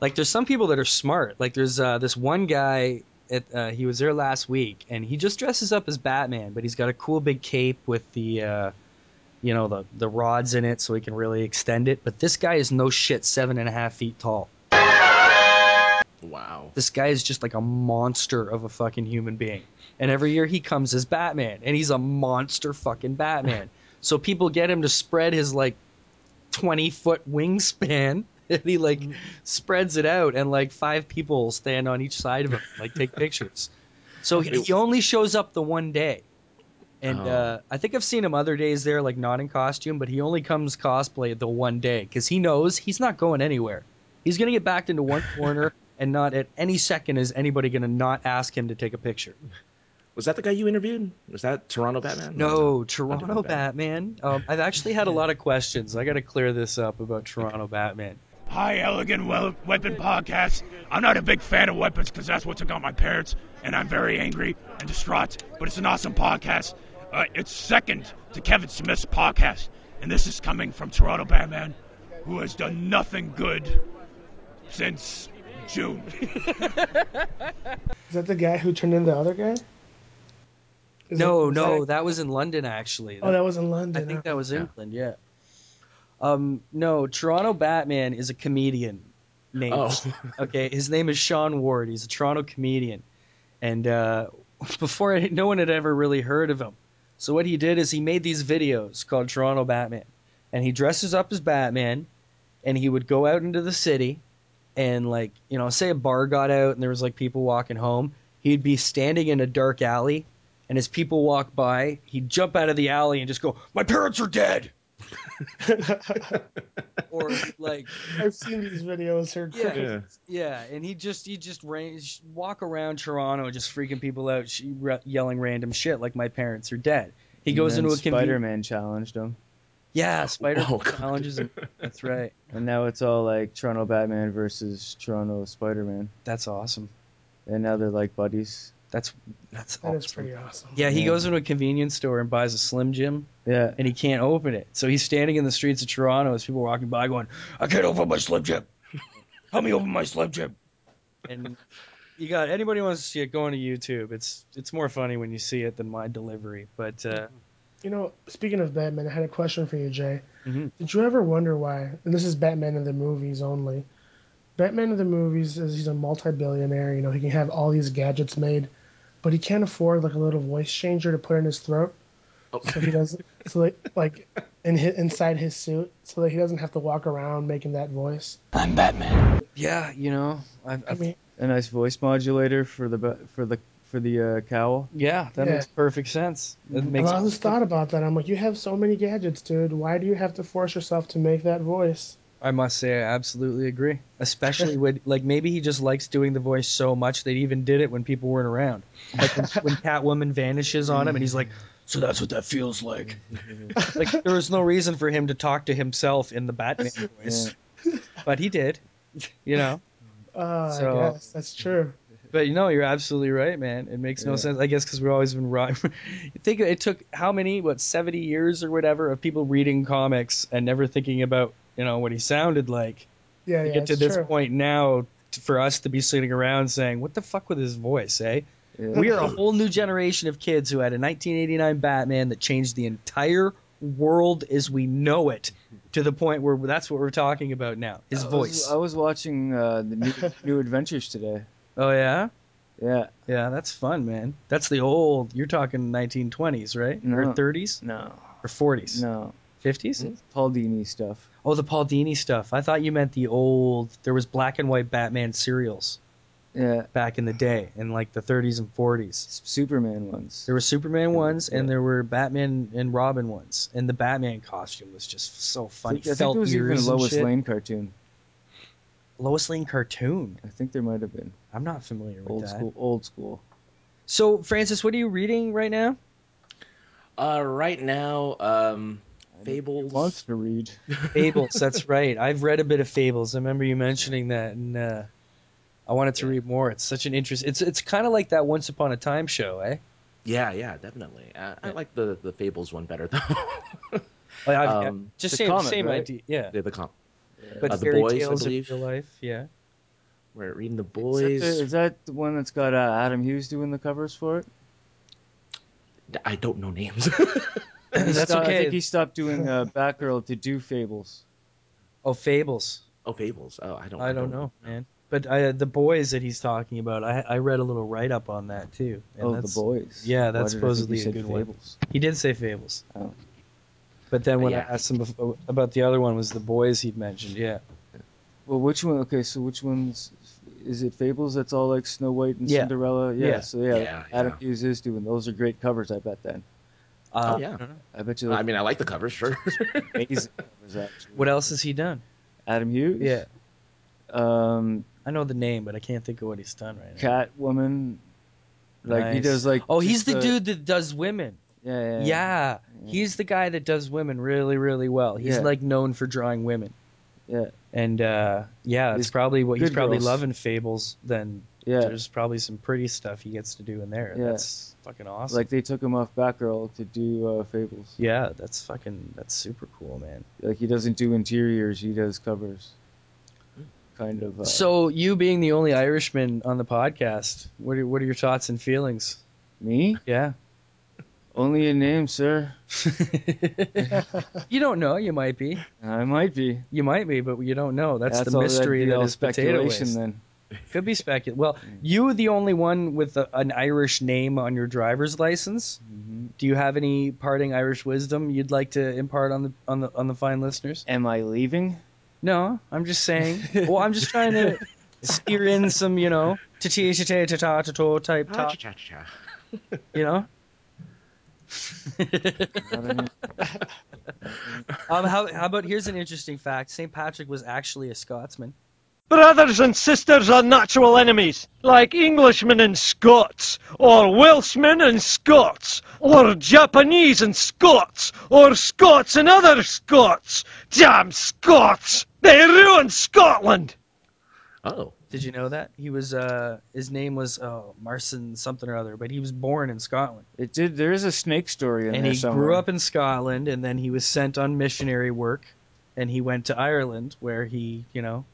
Speaker 5: Like there's some people that are smart. Like there's uh, this one guy at, uh, he was there last week and he just dresses up as Batman, but he's got a cool big cape with the uh, you know the the rods in it so he can really extend it. But this guy is no shit seven and a half feet tall.
Speaker 8: wow.
Speaker 5: This guy is just like a monster of a fucking human being. And every year he comes as Batman, and he's a monster fucking Batman. so people get him to spread his like 20 foot wingspan, and he like spreads it out, and like five people stand on each side of him, like take pictures. So he, he only shows up the one day. And
Speaker 8: Oh.
Speaker 5: uh, I think I've seen him other days there, like not in costume, but he only comes cosplay the one day because he knows he's not going anywhere. He's going to get backed into one corner, and not at any second is anybody going to not ask him to take a picture.
Speaker 8: Was that the guy you interviewed? Was that Toronto Batman?
Speaker 5: No,
Speaker 8: Toronto
Speaker 5: Toronto Batman. Um, I've actually had a lot of questions. I got to clear this up about Toronto Batman.
Speaker 11: Hi, Elegant well- Weapon Podcast. I'm not a big fan of weapons because that's what took out my parents, and I'm very angry and distraught, but it's an awesome podcast. Uh, it's second to Kevin Smith's podcast, and this is coming from Toronto Batman, who has done nothing good since June.
Speaker 10: Is that the guy who turned in the other guy? Is
Speaker 5: no,
Speaker 10: that- is
Speaker 5: no, that, was in London actually.
Speaker 10: Oh, that was in
Speaker 5: I
Speaker 10: London.
Speaker 5: think
Speaker 10: huh?
Speaker 5: that was
Speaker 8: Yeah.
Speaker 5: England. Yeah. Um, no, Toronto Batman is a comedian. Name.
Speaker 8: Oh.
Speaker 5: okay, his name is Sean Ward. He's a Toronto comedian, and uh, before I, no one had ever really heard of him. So what he did is he made these videos called Toronto Batman, and he dresses up as Batman, and he would go out into the city, and like you know, say a bar got out and there was like people walking home, he'd be standing in a dark alley, and as people walk by, he'd jump out of the alley and just go, "My parents are dead," or like
Speaker 10: I've seen these videos. They're
Speaker 5: Yeah.
Speaker 10: crazy.
Speaker 5: Yeah, and he just he just range, walk around Toronto, just freaking people out, sh- re- yelling random shit like my parents are dead. He goes into a
Speaker 6: Spider
Speaker 5: conven-
Speaker 6: Man challenged him,
Speaker 5: yeah Spider
Speaker 8: Oh, God.
Speaker 5: challenges. Him. That's right.
Speaker 6: and now it's all like Toronto Batman versus Toronto Spider Man,
Speaker 5: That's awesome.
Speaker 6: and now they're like buddies.
Speaker 5: That's that's
Speaker 10: That
Speaker 5: awesome.
Speaker 10: is pretty awesome.
Speaker 5: yeah, he
Speaker 6: Yeah.
Speaker 5: goes into a convenience store and buys a Slim Jim,
Speaker 6: Yeah,
Speaker 5: and he can't open it. So he's standing in the streets of Toronto as people are walking by, going,
Speaker 11: I can't open my Slim Jim. Help me open my Slim Jim.
Speaker 5: and you got anybody who wants to see it, go on to YouTube. It's it's more funny when you see it than my delivery. But uh,
Speaker 10: You know, speaking of Batman, I had a question for you, Jay.
Speaker 6: Mm-hmm.
Speaker 10: Did you ever wonder why? And this is Batman in the movies only. Batman in the movies is he's a multi-billionaire. You know, he can have all these gadgets made, but he can't afford like a little voice changer to put in his throat.
Speaker 8: Oh.
Speaker 10: So he does so like like in his, inside his suit, so that he doesn't have to walk around making that voice.
Speaker 6: I'm Batman. Yeah, you know, I've,
Speaker 10: I
Speaker 6: I've
Speaker 10: mean-
Speaker 6: a nice voice modulator for the ba- for the for the uh, cowl. Yeah, that
Speaker 10: Yeah.
Speaker 6: makes perfect sense. That
Speaker 10: And
Speaker 6: makes
Speaker 10: I always thought about that. I'm like, you have so many gadgets, dude. Why do you have to force yourself to make that voice?
Speaker 5: I must say, I absolutely agree. Especially when, like, maybe he just likes doing the voice so much that he even did it when people weren't around. Like when, when Catwoman vanishes on him, and he's like, "So that's what that feels like." like there was no reason for him to talk to himself in the Batman voice, but he did. You know.
Speaker 10: Uh,
Speaker 5: So-
Speaker 10: I guess that's true.
Speaker 5: But you know, you're absolutely right, man. It makes no
Speaker 6: Yeah.
Speaker 5: sense. I guess because we've always been right. Think it took how many, what, 70 years or whatever of people reading comics and never thinking about, you know, what he sounded like.
Speaker 10: Yeah,
Speaker 5: to
Speaker 10: yeah,
Speaker 5: get to
Speaker 10: it's
Speaker 5: this
Speaker 10: true.
Speaker 5: point now, t for us to be sitting around saying, what the fuck with his voice, eh? We are a whole new generation of kids who had a 1989 Batman that changed the entire world as we know it to the point where that's what we're talking about now his
Speaker 6: I was-
Speaker 5: voice.
Speaker 6: I was watching uh, the new, new Adventures today.
Speaker 5: oh, yeah?
Speaker 6: Yeah,
Speaker 5: Yeah, that's fun, man. That's the old. You're talking 1920s, right? Or
Speaker 6: No.
Speaker 5: 30s?
Speaker 6: No.
Speaker 5: Or 40s?
Speaker 6: no,
Speaker 5: 50s?
Speaker 6: Paul Dini stuff.
Speaker 5: Oh, the Paul Dini stuff. I thought you meant the old. There was black and white Batman serials
Speaker 6: Yeah,
Speaker 5: back in the day, in like the 30s and 40s.
Speaker 6: Superman ones.
Speaker 5: There were Superman ones, and there were Batman and Robin ones, and the Batman costume was just so
Speaker 6: I
Speaker 5: funny.
Speaker 6: think, I think
Speaker 5: Felt
Speaker 6: there was even
Speaker 5: ears
Speaker 6: a
Speaker 5: and
Speaker 6: Lois
Speaker 5: shit.
Speaker 6: Lane cartoon.
Speaker 5: Lois Lane cartoon.
Speaker 6: I think there might have been
Speaker 5: I'm not familiar with
Speaker 6: old
Speaker 5: that.
Speaker 6: school. Old school.
Speaker 5: So, Francis, what are you reading right now?
Speaker 8: Uh, right now, um, Fables.
Speaker 6: Months to read.
Speaker 5: Fables, that's right. I've read a bit of Fables. I remember you mentioning that, and uh, I wanted to read more. It's such an interest. It's it's kind of like that Once Upon a Time show, eh?
Speaker 8: Yeah, yeah, definitely. I, I like the the Fables one better though.
Speaker 5: Like, I've-
Speaker 8: Um,
Speaker 5: just
Speaker 6: the
Speaker 5: same
Speaker 6: comic,
Speaker 5: same
Speaker 6: right?
Speaker 5: idea, yeah.
Speaker 8: the, the comp.
Speaker 5: But
Speaker 8: Uh, the
Speaker 5: fairy
Speaker 8: boys, I
Speaker 5: tales of
Speaker 8: believe.
Speaker 5: real life, yeah.
Speaker 8: We're reading the
Speaker 6: Is
Speaker 8: boys.
Speaker 6: that, the, is that the one that's got uh, Adam Hughes doing the covers for it?
Speaker 8: I don't know names.
Speaker 6: He
Speaker 5: That's
Speaker 6: stopped- I
Speaker 5: okay.
Speaker 6: think he stopped doing uh, Batgirl to do Fables.
Speaker 5: Oh, Fables.
Speaker 8: oh, Fables. Oh, I don't.
Speaker 5: I don't know, man. But I, uh, the boys that he's talking about, I, I read a little write up on that too. and
Speaker 6: oh, the
Speaker 5: that's-
Speaker 6: boys.
Speaker 5: yeah,
Speaker 6: Why
Speaker 5: that's
Speaker 6: did I think
Speaker 5: supposedly
Speaker 6: you
Speaker 5: a
Speaker 6: said
Speaker 5: good one.
Speaker 6: Fables?
Speaker 5: He did say Fables.
Speaker 6: Oh.
Speaker 5: But then when
Speaker 8: Yeah.
Speaker 5: I asked him bef- about the other one, was the boys he'd mentioned? Yeah.
Speaker 6: Well, which one? Okay, so which one's is it? Fables? That's all like Snow White and
Speaker 5: Yeah.
Speaker 6: Cinderella. Yeah.
Speaker 5: Yeah.
Speaker 6: So yeah,
Speaker 8: Yeah,
Speaker 6: Adam
Speaker 8: yeah.
Speaker 6: Hughes is doing those. Are great covers. I bet then.
Speaker 5: Uh,
Speaker 8: Oh yeah.
Speaker 6: I bet you.
Speaker 8: I
Speaker 6: Those
Speaker 8: mean, I like the covers, sure.
Speaker 6: amazing covers actually.
Speaker 5: What else has he done?
Speaker 6: Adam Hughes.
Speaker 5: Yeah.
Speaker 6: Um,
Speaker 5: I know the name, but I can't think of what he's done right now.
Speaker 6: Catwoman. Like he
Speaker 5: Nice.
Speaker 6: does like.
Speaker 5: Oh,
Speaker 6: just
Speaker 5: he's the, dude that does women.
Speaker 6: Yeah. Yeah.
Speaker 5: Yeah.
Speaker 6: yeah.
Speaker 5: He's the guy that does women really, really well. He's
Speaker 6: Yeah.
Speaker 5: like known for drawing women.
Speaker 6: Yeah.
Speaker 5: And uh, yeah, that's
Speaker 6: He's
Speaker 5: probably what he's
Speaker 6: good
Speaker 5: probably
Speaker 6: girls.
Speaker 5: loving Fables. Then
Speaker 6: Yeah.
Speaker 5: there's probably some pretty stuff he gets to do in there.
Speaker 6: Yeah.
Speaker 5: That's fucking awesome.
Speaker 6: Like they took him off Batgirl to do uh, Fables.
Speaker 5: yeah, that's fucking that's super cool, man.
Speaker 6: Like he doesn't do interiors. He does covers. Kind of. Uh,
Speaker 5: So you being the only Irishman on the podcast, what are, what are your thoughts and feelings?
Speaker 6: me.
Speaker 5: Yeah.
Speaker 6: Only a name, sir.
Speaker 5: you don't know. You might be.
Speaker 6: I might be.
Speaker 5: You might be, but you don't know. That's, the
Speaker 6: all-
Speaker 5: mystery
Speaker 6: that'd be
Speaker 5: that
Speaker 6: all
Speaker 5: is potato waste.
Speaker 6: Then
Speaker 5: Could be speculative. Well,
Speaker 6: Mm.
Speaker 5: you the only one with a, an Irish name on your driver's license.
Speaker 6: Mm-hmm.
Speaker 5: Do you have any parting Irish wisdom you'd like to impart on the on the on the fine listeners?
Speaker 6: am I leaving?
Speaker 5: No, I'm just saying. well, I'm just trying to steer in some, you know, ta ta ta ta ta ta type talk, you know.
Speaker 6: Not any-
Speaker 5: Um, how, how about here's an interesting fact: St. Patrick was actually a Scotsman.
Speaker 12: Brothers and sisters are natural enemies, like Englishmen and Scots, or Welshmen and Scots, or Japanese and Scots, or Scots and other Scots. Damn Scots! They ruined Scotland!
Speaker 8: Oh,
Speaker 5: Did you know that he was? Uh, his name was oh, Marson something or other, but he was born in Scotland.
Speaker 6: It did. There is a snake story in
Speaker 5: and
Speaker 6: there
Speaker 5: he
Speaker 6: somewhere.
Speaker 5: grew up in Scotland, and then he was sent on missionary work, and he went to Ireland, where he,
Speaker 6: Uh,
Speaker 5: you know,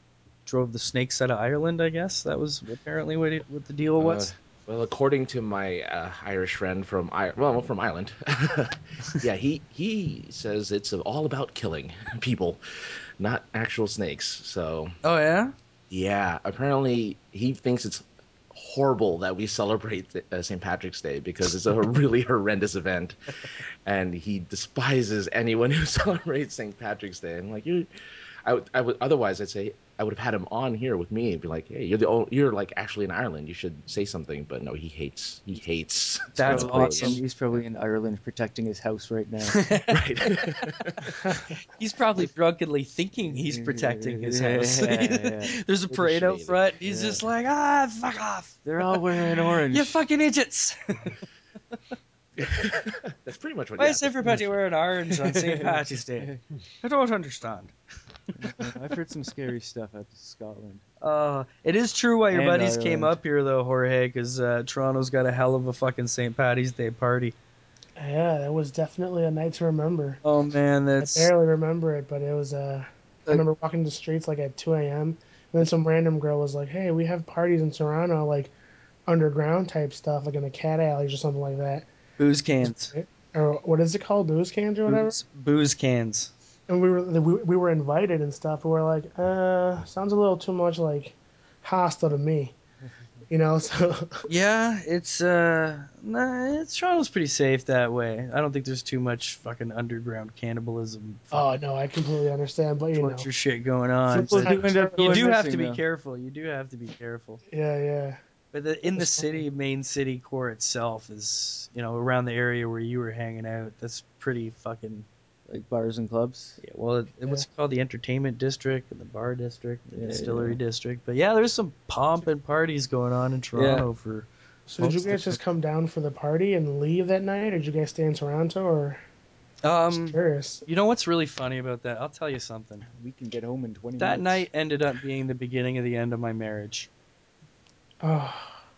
Speaker 5: drove the snakes out of Ireland. I guess that was apparently what, it, what the deal was.
Speaker 8: Well, according to my uh, Irish friend from I well from Ireland, yeah, he he says it's all about killing people, not actual snakes. So
Speaker 6: Oh yeah.
Speaker 8: yeah, apparently he thinks it's horrible that we celebrate uh, St. Patrick's Day because it's a really horrendous event, and he despises anyone who celebrates St. Patrick's Day. I'm like, you, I would, I would otherwise I'd say I would have had him on here with me and be like, hey, you're the only, you're like actually in Ireland, you should say something. But no, he hates, he hates.
Speaker 6: That's
Speaker 8: celebrating.
Speaker 6: awesome. He's probably in Ireland protecting his house right now.
Speaker 5: He's probably drunkenly thinking he's protecting his house.
Speaker 6: Yeah, yeah.
Speaker 5: There's a parade out
Speaker 6: Shady.
Speaker 5: front. He's just like, ah, fuck off.
Speaker 6: They're all wearing orange.
Speaker 5: You fucking idiots.
Speaker 8: That's pretty much what.
Speaker 5: Why
Speaker 8: yeah,
Speaker 5: is everybody wearing orange on St. Patrick's Day? I don't understand.
Speaker 6: I've heard some scary stuff out of Scotland.
Speaker 5: Uh, it is true why your
Speaker 6: And
Speaker 5: buddies came
Speaker 6: Ireland.
Speaker 5: up here though, Jorge, because uh, Toronto's got a hell of a fucking St. Patty's Day party.
Speaker 10: Yeah, that was definitely a night to remember.
Speaker 6: Oh man,
Speaker 10: I
Speaker 6: that's
Speaker 10: barely remember it, but it was. Uh, I remember walking the streets like at 2 a.m. and then some random girl was like, "Hey, we have parties in Toronto, like underground type stuff, like in the cat alleys or something like that,
Speaker 5: Booze cans.
Speaker 10: or what is it called, booze cans or whatever."
Speaker 5: Booze, booze cans.
Speaker 10: And we were we, we were invited and stuff, and we are like, "Uh, sounds a little too much like hostile to me," you know. So
Speaker 5: Yeah, it's uh, nah, it's Toronto's pretty safe that way. I don't think there's too much fucking underground cannibalism
Speaker 10: oh no, I completely understand, but you know,
Speaker 5: torture shit going on.
Speaker 10: People
Speaker 5: but
Speaker 10: do end up
Speaker 5: you
Speaker 10: going
Speaker 5: do have
Speaker 10: missing,
Speaker 5: to be
Speaker 10: though.
Speaker 5: careful. You do have to be careful.
Speaker 10: yeah, yeah.
Speaker 5: But the, in the city, main city core itself is, you know, around the area where you were hanging out. That's pretty fucking.
Speaker 6: like bars and clubs.
Speaker 5: Yeah, well, it, what's it called the entertainment district and the bar district, and the
Speaker 6: Yeah,
Speaker 5: distillery
Speaker 6: yeah.
Speaker 5: district. But yeah, there's some pomp and parties going on in Toronto for.
Speaker 10: So did you guys just come down for the party and leave that night, or did you guys stay in Toronto, or
Speaker 5: Um,
Speaker 10: curious?
Speaker 5: you know what's really funny about that? I'll tell you something.
Speaker 6: We can get home in 20
Speaker 5: That night
Speaker 6: minutes.
Speaker 5: ended up being the beginning of the end of my marriage.
Speaker 10: Oh,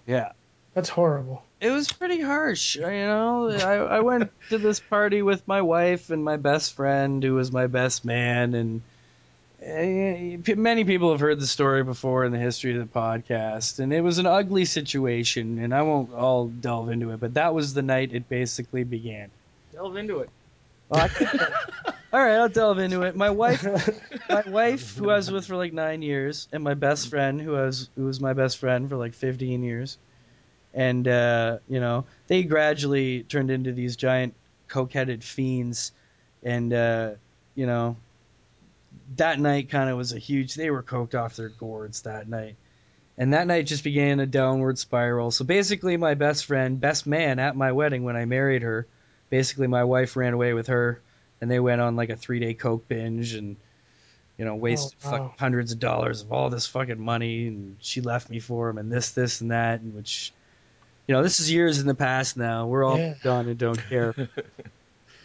Speaker 6: Yeah.
Speaker 10: that's horrible.
Speaker 5: It was pretty harsh, you know. I, I went to this party with my wife and my best friend, who was my best man, and eh, p- many people have heard the story before in the history of the podcast. And it was an ugly situation, and I won't all delve into it, but that was the night it basically began.
Speaker 6: Delve into it.
Speaker 5: All right, I'll delve into it. My wife, my wife, who I was with for like nine years, and my best friend, who I was who was my best friend for like fifteen years, and uh, you know, they gradually turned into these giant coke-headed fiends, and uh, you know, that night kind of was a huge. They were coked off their gourds that night, and that night just began a downward spiral. So basically, my best friend, best man at my wedding when I married her, basically my wife ran away with her and they went on like a three day coke binge and you know wasted
Speaker 10: Oh, wow.
Speaker 5: fuck hundreds of dollars of all this fucking money and she left me for him and this this and that and which you know this is years in the past now we're all
Speaker 10: Yeah.
Speaker 5: done and don't care
Speaker 10: That's,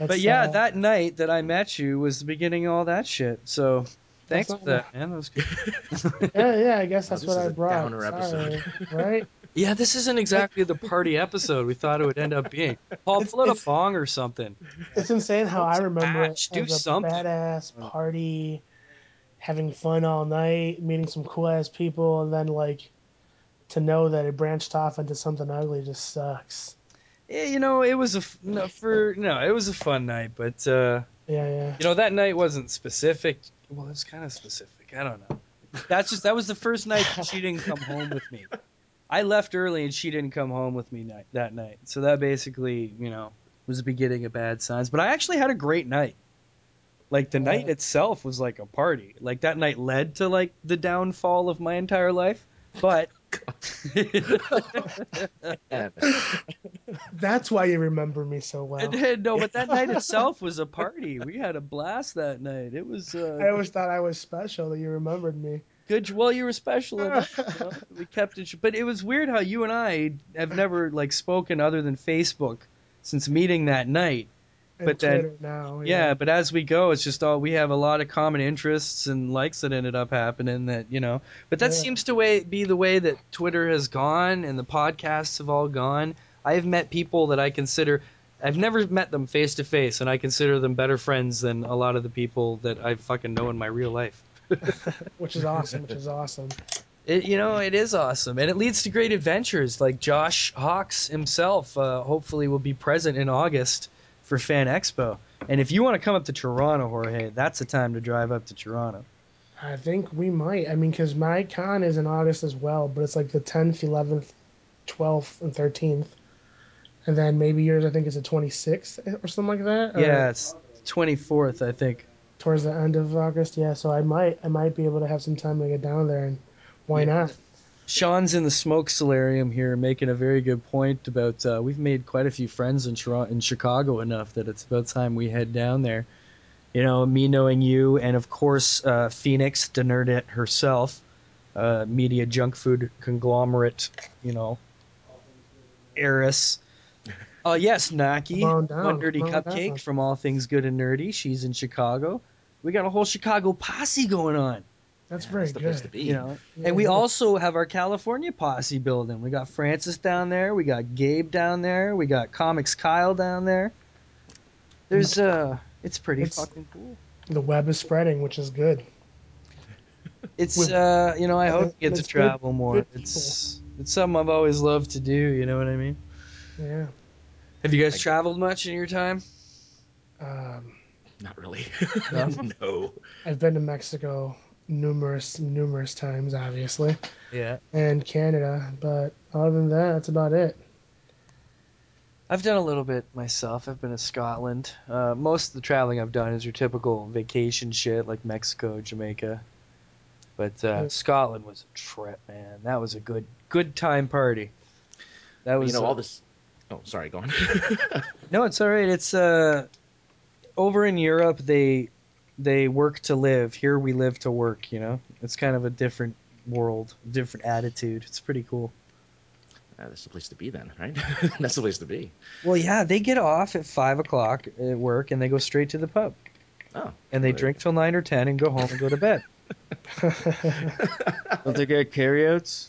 Speaker 5: but yeah
Speaker 10: uh,
Speaker 5: that night that i met you was the beginning of all that shit so thanks for
Speaker 10: not
Speaker 5: that man that was good
Speaker 10: yeah, yeah. I guess that's
Speaker 8: this
Speaker 10: what
Speaker 8: is
Speaker 10: I
Speaker 8: a
Speaker 10: brought.
Speaker 8: downer
Speaker 10: Sorry.
Speaker 8: episode.
Speaker 10: right?
Speaker 5: yeah this isn't exactly the party episode we thought it would end up being paul pull out a bong or something
Speaker 10: It's insane how I remember
Speaker 5: Ash,
Speaker 10: it
Speaker 5: do
Speaker 10: as a
Speaker 5: something.
Speaker 10: badass
Speaker 8: Oh.
Speaker 10: party, having fun all night, meeting some cool ass people, and then like to know that it branched off into something ugly just sucks.
Speaker 5: yeah you know it was a f- no, for no it was a fun night but uh
Speaker 10: Yeah, yeah.
Speaker 5: You know, that night wasn't specific. Well, it was kind of specific. I don't know. That's just that was the first night that she didn't come home with me. I left early and she didn't come home with me night, that night. So that basically, you know, was the beginning of bad signs. But I actually had a great night. Like the night itself was like a party. Like that night led to like the downfall of my entire life. But
Speaker 10: That's why you remember me so well.
Speaker 5: no, but that night itself was a party. We had a blast that night. It was uh,
Speaker 10: I always thought I was special that you remembered me.
Speaker 5: good well you were special enough you know? we kept it but it was weird how you and i have never like spoken other than facebook since meeting that night
Speaker 10: And
Speaker 5: But then-
Speaker 10: Twitter oh, now.
Speaker 5: yeah but as we go it's just all we have a lot of common interests and likes that ended up happening that you know but that
Speaker 10: Yeah.
Speaker 5: seems to way, be the way that twitter has gone and the podcasts have all gone i've met people that i consider i've never met them face to face and i consider them better friends than a lot of the people that i fucking know in my real life
Speaker 10: which is awesome. Which is awesome.
Speaker 5: It, you know, it is awesome, and it leads to great adventures. Like Josh Hawks himself, uh, hopefully, will be present in August for Fan Expo. And if you want to come up to Toronto, Jorge, that's the time to drive up to Toronto.
Speaker 10: I think we might. I mean, because my con is in August as well, but it's like the 10th, 11th, 12th, and 13th. And then maybe yours, I think, is the 26th or something like that. or-
Speaker 5: yeah, it's twenty fourth, I think.
Speaker 10: towards the end of August. Yeah, so I might I might be able to have some time to get down there, and why not?
Speaker 5: Sean's in the smoke solarium here, making a very good point about uh, we've made quite a few friends in Toronto, in Chicago enough that it's about time we head down there. You know, me knowing you, and of course uh, Phoenix Denerdit herself, uh, media junk food conglomerate. You know, heiress. Oh yes, Naki,
Speaker 10: Come on down,
Speaker 5: one dirty
Speaker 10: come on
Speaker 5: cupcake
Speaker 10: down.
Speaker 5: from All Things Good and Nerdy. She's in Chicago. We got a whole Chicago posse going on.
Speaker 10: That's very
Speaker 8: the
Speaker 10: good.
Speaker 8: place to be.
Speaker 5: You know,
Speaker 10: Yeah,
Speaker 5: and we
Speaker 10: it is.
Speaker 5: also have our California posse building. We got Francis down there. We got Gabe down there. We got Comics Kyle down there. There's uh, it's pretty
Speaker 10: It's-
Speaker 5: fucking cool.
Speaker 10: The web is spreading, which is good.
Speaker 5: It's
Speaker 10: with-
Speaker 5: uh, you know, I hope to get
Speaker 10: it's
Speaker 5: to
Speaker 10: good-
Speaker 5: travel more.
Speaker 10: good
Speaker 5: It's it's something I've always loved to do. You know what I mean?
Speaker 10: Yeah.
Speaker 5: Have you guys traveled much in your time?
Speaker 10: Um,
Speaker 8: Not really.
Speaker 5: No?
Speaker 8: no.
Speaker 10: I've been to Mexico numerous numerous times, obviously,
Speaker 5: Yeah.
Speaker 10: and Canada, but other than that, that's about it.
Speaker 5: I've done a little bit myself. I've been to Scotland. Uh, most of the traveling I've done is your typical vacation shit, like Mexico, Jamaica. But uh,
Speaker 10: Yeah.
Speaker 5: Scotland was a trip, man. That was a good good time party. That was
Speaker 8: you know,
Speaker 5: uh,
Speaker 8: all this. Oh, sorry, go on.
Speaker 5: no, it's all right. It's uh, over in Europe they they work to live. Here we live to work. You know, it's kind of a different world, different attitude. It's pretty cool.
Speaker 8: Uh, that's the place to be then, right? that's the place to be.
Speaker 5: Well, yeah, they get off at five o'clock at work and they go straight to the pub.
Speaker 8: Oh.
Speaker 5: and they drink till nine or ten and go home and go to bed.
Speaker 6: Don't they get carryouts?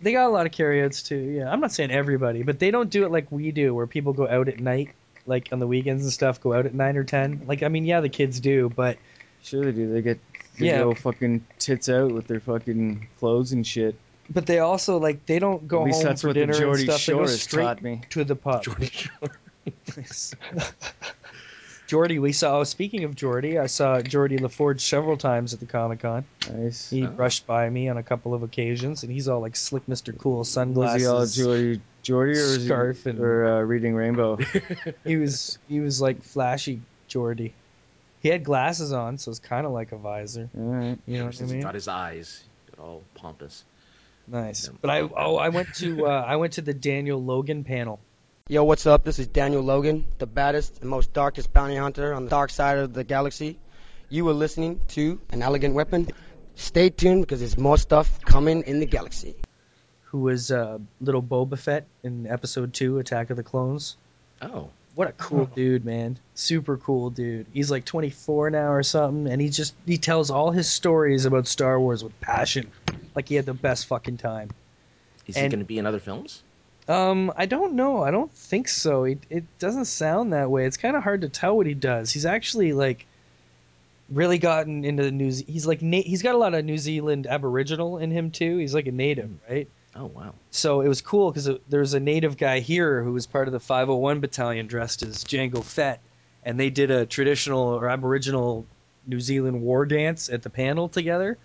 Speaker 5: They got a lot of carryouts too. Yeah, I'm not saying everybody, but they don't do it like we do, where people go out at night, like on the weekends and stuff, go out at nine or ten. Like, I mean, yeah, the kids do, but
Speaker 6: Sure they do. They get they
Speaker 5: Yeah.
Speaker 6: go fucking tits out with their fucking clothes and shit.
Speaker 5: but they also like they don't go
Speaker 6: At least
Speaker 5: home
Speaker 6: that's
Speaker 5: for
Speaker 6: what the
Speaker 5: dinner
Speaker 6: Geordie
Speaker 5: and stuff.
Speaker 6: Shore
Speaker 5: they go
Speaker 6: has
Speaker 5: straight
Speaker 6: taught me.
Speaker 5: to the pub.
Speaker 8: Jordy Shore.
Speaker 5: Jordy, we saw. Oh, speaking of Jordy, I saw Jordy LaForge several times at the Comic Con.
Speaker 6: Nice.
Speaker 5: He
Speaker 8: Oh.
Speaker 5: brushed by me on a couple of occasions, and he's all like slick, Mister Cool
Speaker 6: Was
Speaker 5: sunglasses.
Speaker 6: he all Jordy, Jordy or is
Speaker 5: Scarf
Speaker 6: he,
Speaker 5: and-
Speaker 6: or uh, reading Rainbow?
Speaker 5: he was he was like flashy Jordy. He had glasses on, so it's kind of like a visor.
Speaker 6: all right.
Speaker 5: You know what I
Speaker 8: Since he
Speaker 5: mean?
Speaker 8: got his eyes, got all pompous.
Speaker 5: Nice. But I oh I went to uh, I went to the Daniel Logan panel.
Speaker 13: Yo, what's up? This is Daniel Logan, the baddest and most darkest bounty hunter on the dark side of the galaxy. You are listening to An Elegant Weapon. Stay tuned because there's more stuff coming in the galaxy.
Speaker 5: Who was uh, little Boba Fett in episode two, Attack of the Clones?
Speaker 8: Oh.
Speaker 5: What a cool dude, man! Super cool dude. He's like 24 now or something, and he just he tells all his stories about Star Wars with passion, like he had the best fucking time.
Speaker 8: Is he
Speaker 5: And-
Speaker 8: going to be in other films?
Speaker 5: Um, I don't know. I don't think so. It it doesn't sound that way. It's kind of hard to tell what he does. He's actually like really gotten into the news. He's like na- he's got a lot of New Zealand Aboriginal in him too. He's like a native, right?
Speaker 8: Oh, wow.
Speaker 5: So it was cool because there was a native guy here who was part of the 501 battalion dressed as Django Fett, and they did a traditional or Aboriginal New Zealand war dance at the panel together.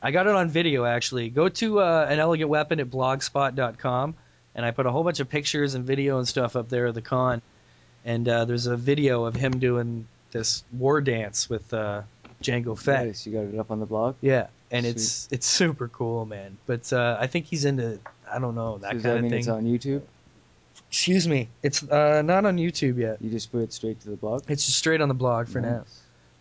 Speaker 5: I got it on video actually. Go to uh, an elegant weapon at blogspot.com, and I put a whole bunch of pictures and video and stuff up there of the con. And uh, there's a video of him doing this war dance with uh, Django Fett.
Speaker 6: Nice. You got it up on the blog.
Speaker 5: Yeah, and it's it's super cool, man. But uh, I think he's into I don't know that
Speaker 6: Does
Speaker 5: kind
Speaker 6: that mean
Speaker 5: of
Speaker 6: it's
Speaker 5: thing.
Speaker 6: on YouTube?
Speaker 5: Excuse me, it's uh, not on YouTube yet.
Speaker 6: You just put it straight to the blog.
Speaker 5: It's just straight on the blog for now.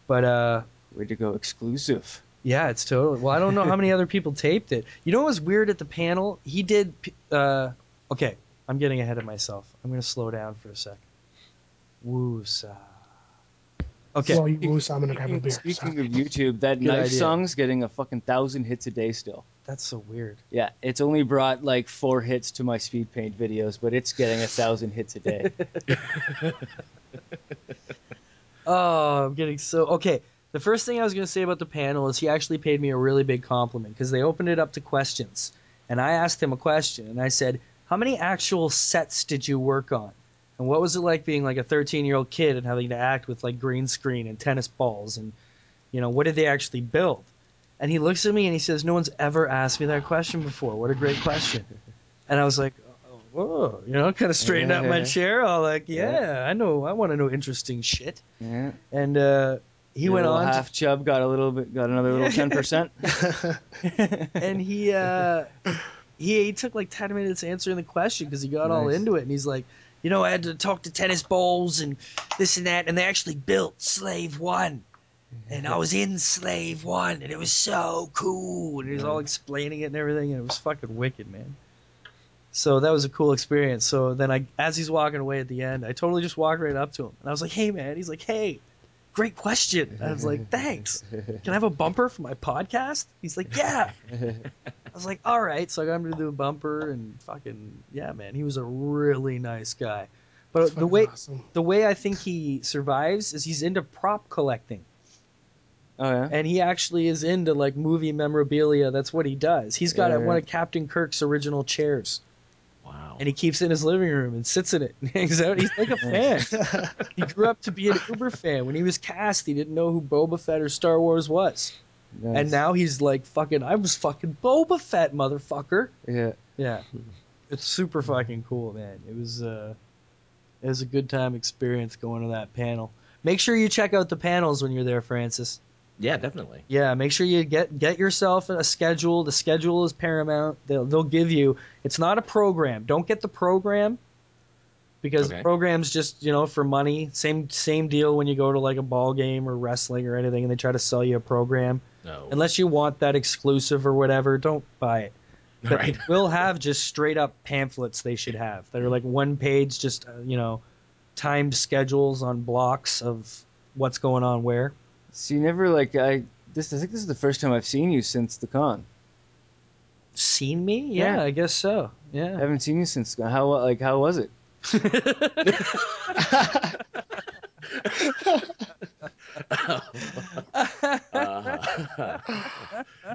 Speaker 5: But uh,
Speaker 6: Way to go, exclusive.
Speaker 5: yeah, it's totally. Well, I don't know how many other people taped it. You know what was weird at the panel? He did. p- Uh, okay, I'm getting ahead of myself. I'm gonna slow down for a second. Woosa. Okay.
Speaker 10: Well, you lose. I'm gonna grab a beer.
Speaker 6: Speaking of YouTube, that
Speaker 5: Good
Speaker 6: knife
Speaker 5: idea.
Speaker 6: song's getting a fucking thousand hits a day still.
Speaker 5: That's so weird.
Speaker 6: Yeah, it's only brought like four hits to my speed paint videos, but it's getting a thousand hits a day.
Speaker 5: Oh, I'm getting so okay. The first thing I was going to say about the panel is he actually paid me a really big compliment because they opened it up to questions. And I asked him a question and I said, How many actual sets did you work on? And what was it like being like a 13 year old kid and having to act with like green screen and tennis balls? And, you know, what did they actually build? And he looks at me and he says, No one's ever asked me that question before. What a great question. And I was like, Whoa, you know, kind of straightened out my chair, all like, yeah, I know, I want to know interesting shit.
Speaker 6: Yeah.
Speaker 5: And uh, he
Speaker 6: Your
Speaker 5: went
Speaker 6: little
Speaker 5: on to-
Speaker 6: Half chub got a little bit, got another little ten percent.
Speaker 5: and he uh, he he took like ten minutes answering the question because he got all
Speaker 6: Nice.
Speaker 5: into it, and he's like, you know, I had to talk to tennis balls and this and that, and they actually built Slave One,
Speaker 6: Mm-hmm.
Speaker 5: and I was in Slave One, and it was so cool, and he was all explaining it and everything, and it was fucking wicked, man. So that was a cool experience. So then I, as he's walking away at the end, I totally just walked right up to him, and I was like, hey man, he's like, hey. Great question. And I was like, thanks. Can I have a bumper for my podcast? He's like, yeah. I was like, all right. So I got him to do a bumper and fucking yeah, man. He was a really nice guy. But the way the way I think he survives is he's into prop collecting.
Speaker 6: Oh yeah.
Speaker 5: And he actually is into like movie memorabilia. That's what he does. He's got
Speaker 6: Yeah,
Speaker 5: one
Speaker 6: yeah.
Speaker 5: of Captain Kirk's original chairs. Wow. And he keeps it in his living room and sits in it and hangs out. He's like a fan. he grew up to be an Uber fan. When he was cast, he didn't know who Boba Fett or Star Wars was. And now he's like fucking I was fucking Boba Fett, motherfucker.
Speaker 6: Yeah.
Speaker 5: Yeah. It's super fucking cool, man. It was uh it was a good time experience going to that panel. Make sure you check out the panels when you're there, Francis.
Speaker 8: Yeah, definitely.
Speaker 5: Yeah, make sure you get get yourself a schedule. The schedule is paramount. They'll they'll give you. It's not a program. Don't get the program because the
Speaker 6: Okay.
Speaker 5: programs just you know for money. Same same deal when you go to like a ball game or wrestling or anything, and they try to sell you a program.
Speaker 8: No.
Speaker 5: Unless you want that exclusive or whatever, don't buy it. But
Speaker 8: Right.
Speaker 5: we'll have just straight up pamphlets they should have that are like one page, just uh, you know, timed schedules on blocks of what's going on where.
Speaker 6: So you never like I this. I think this is the first time I've seen you since the con.
Speaker 5: Seen me? Yeah, I guess so. Yeah.
Speaker 6: I haven't seen you since. How like how was it?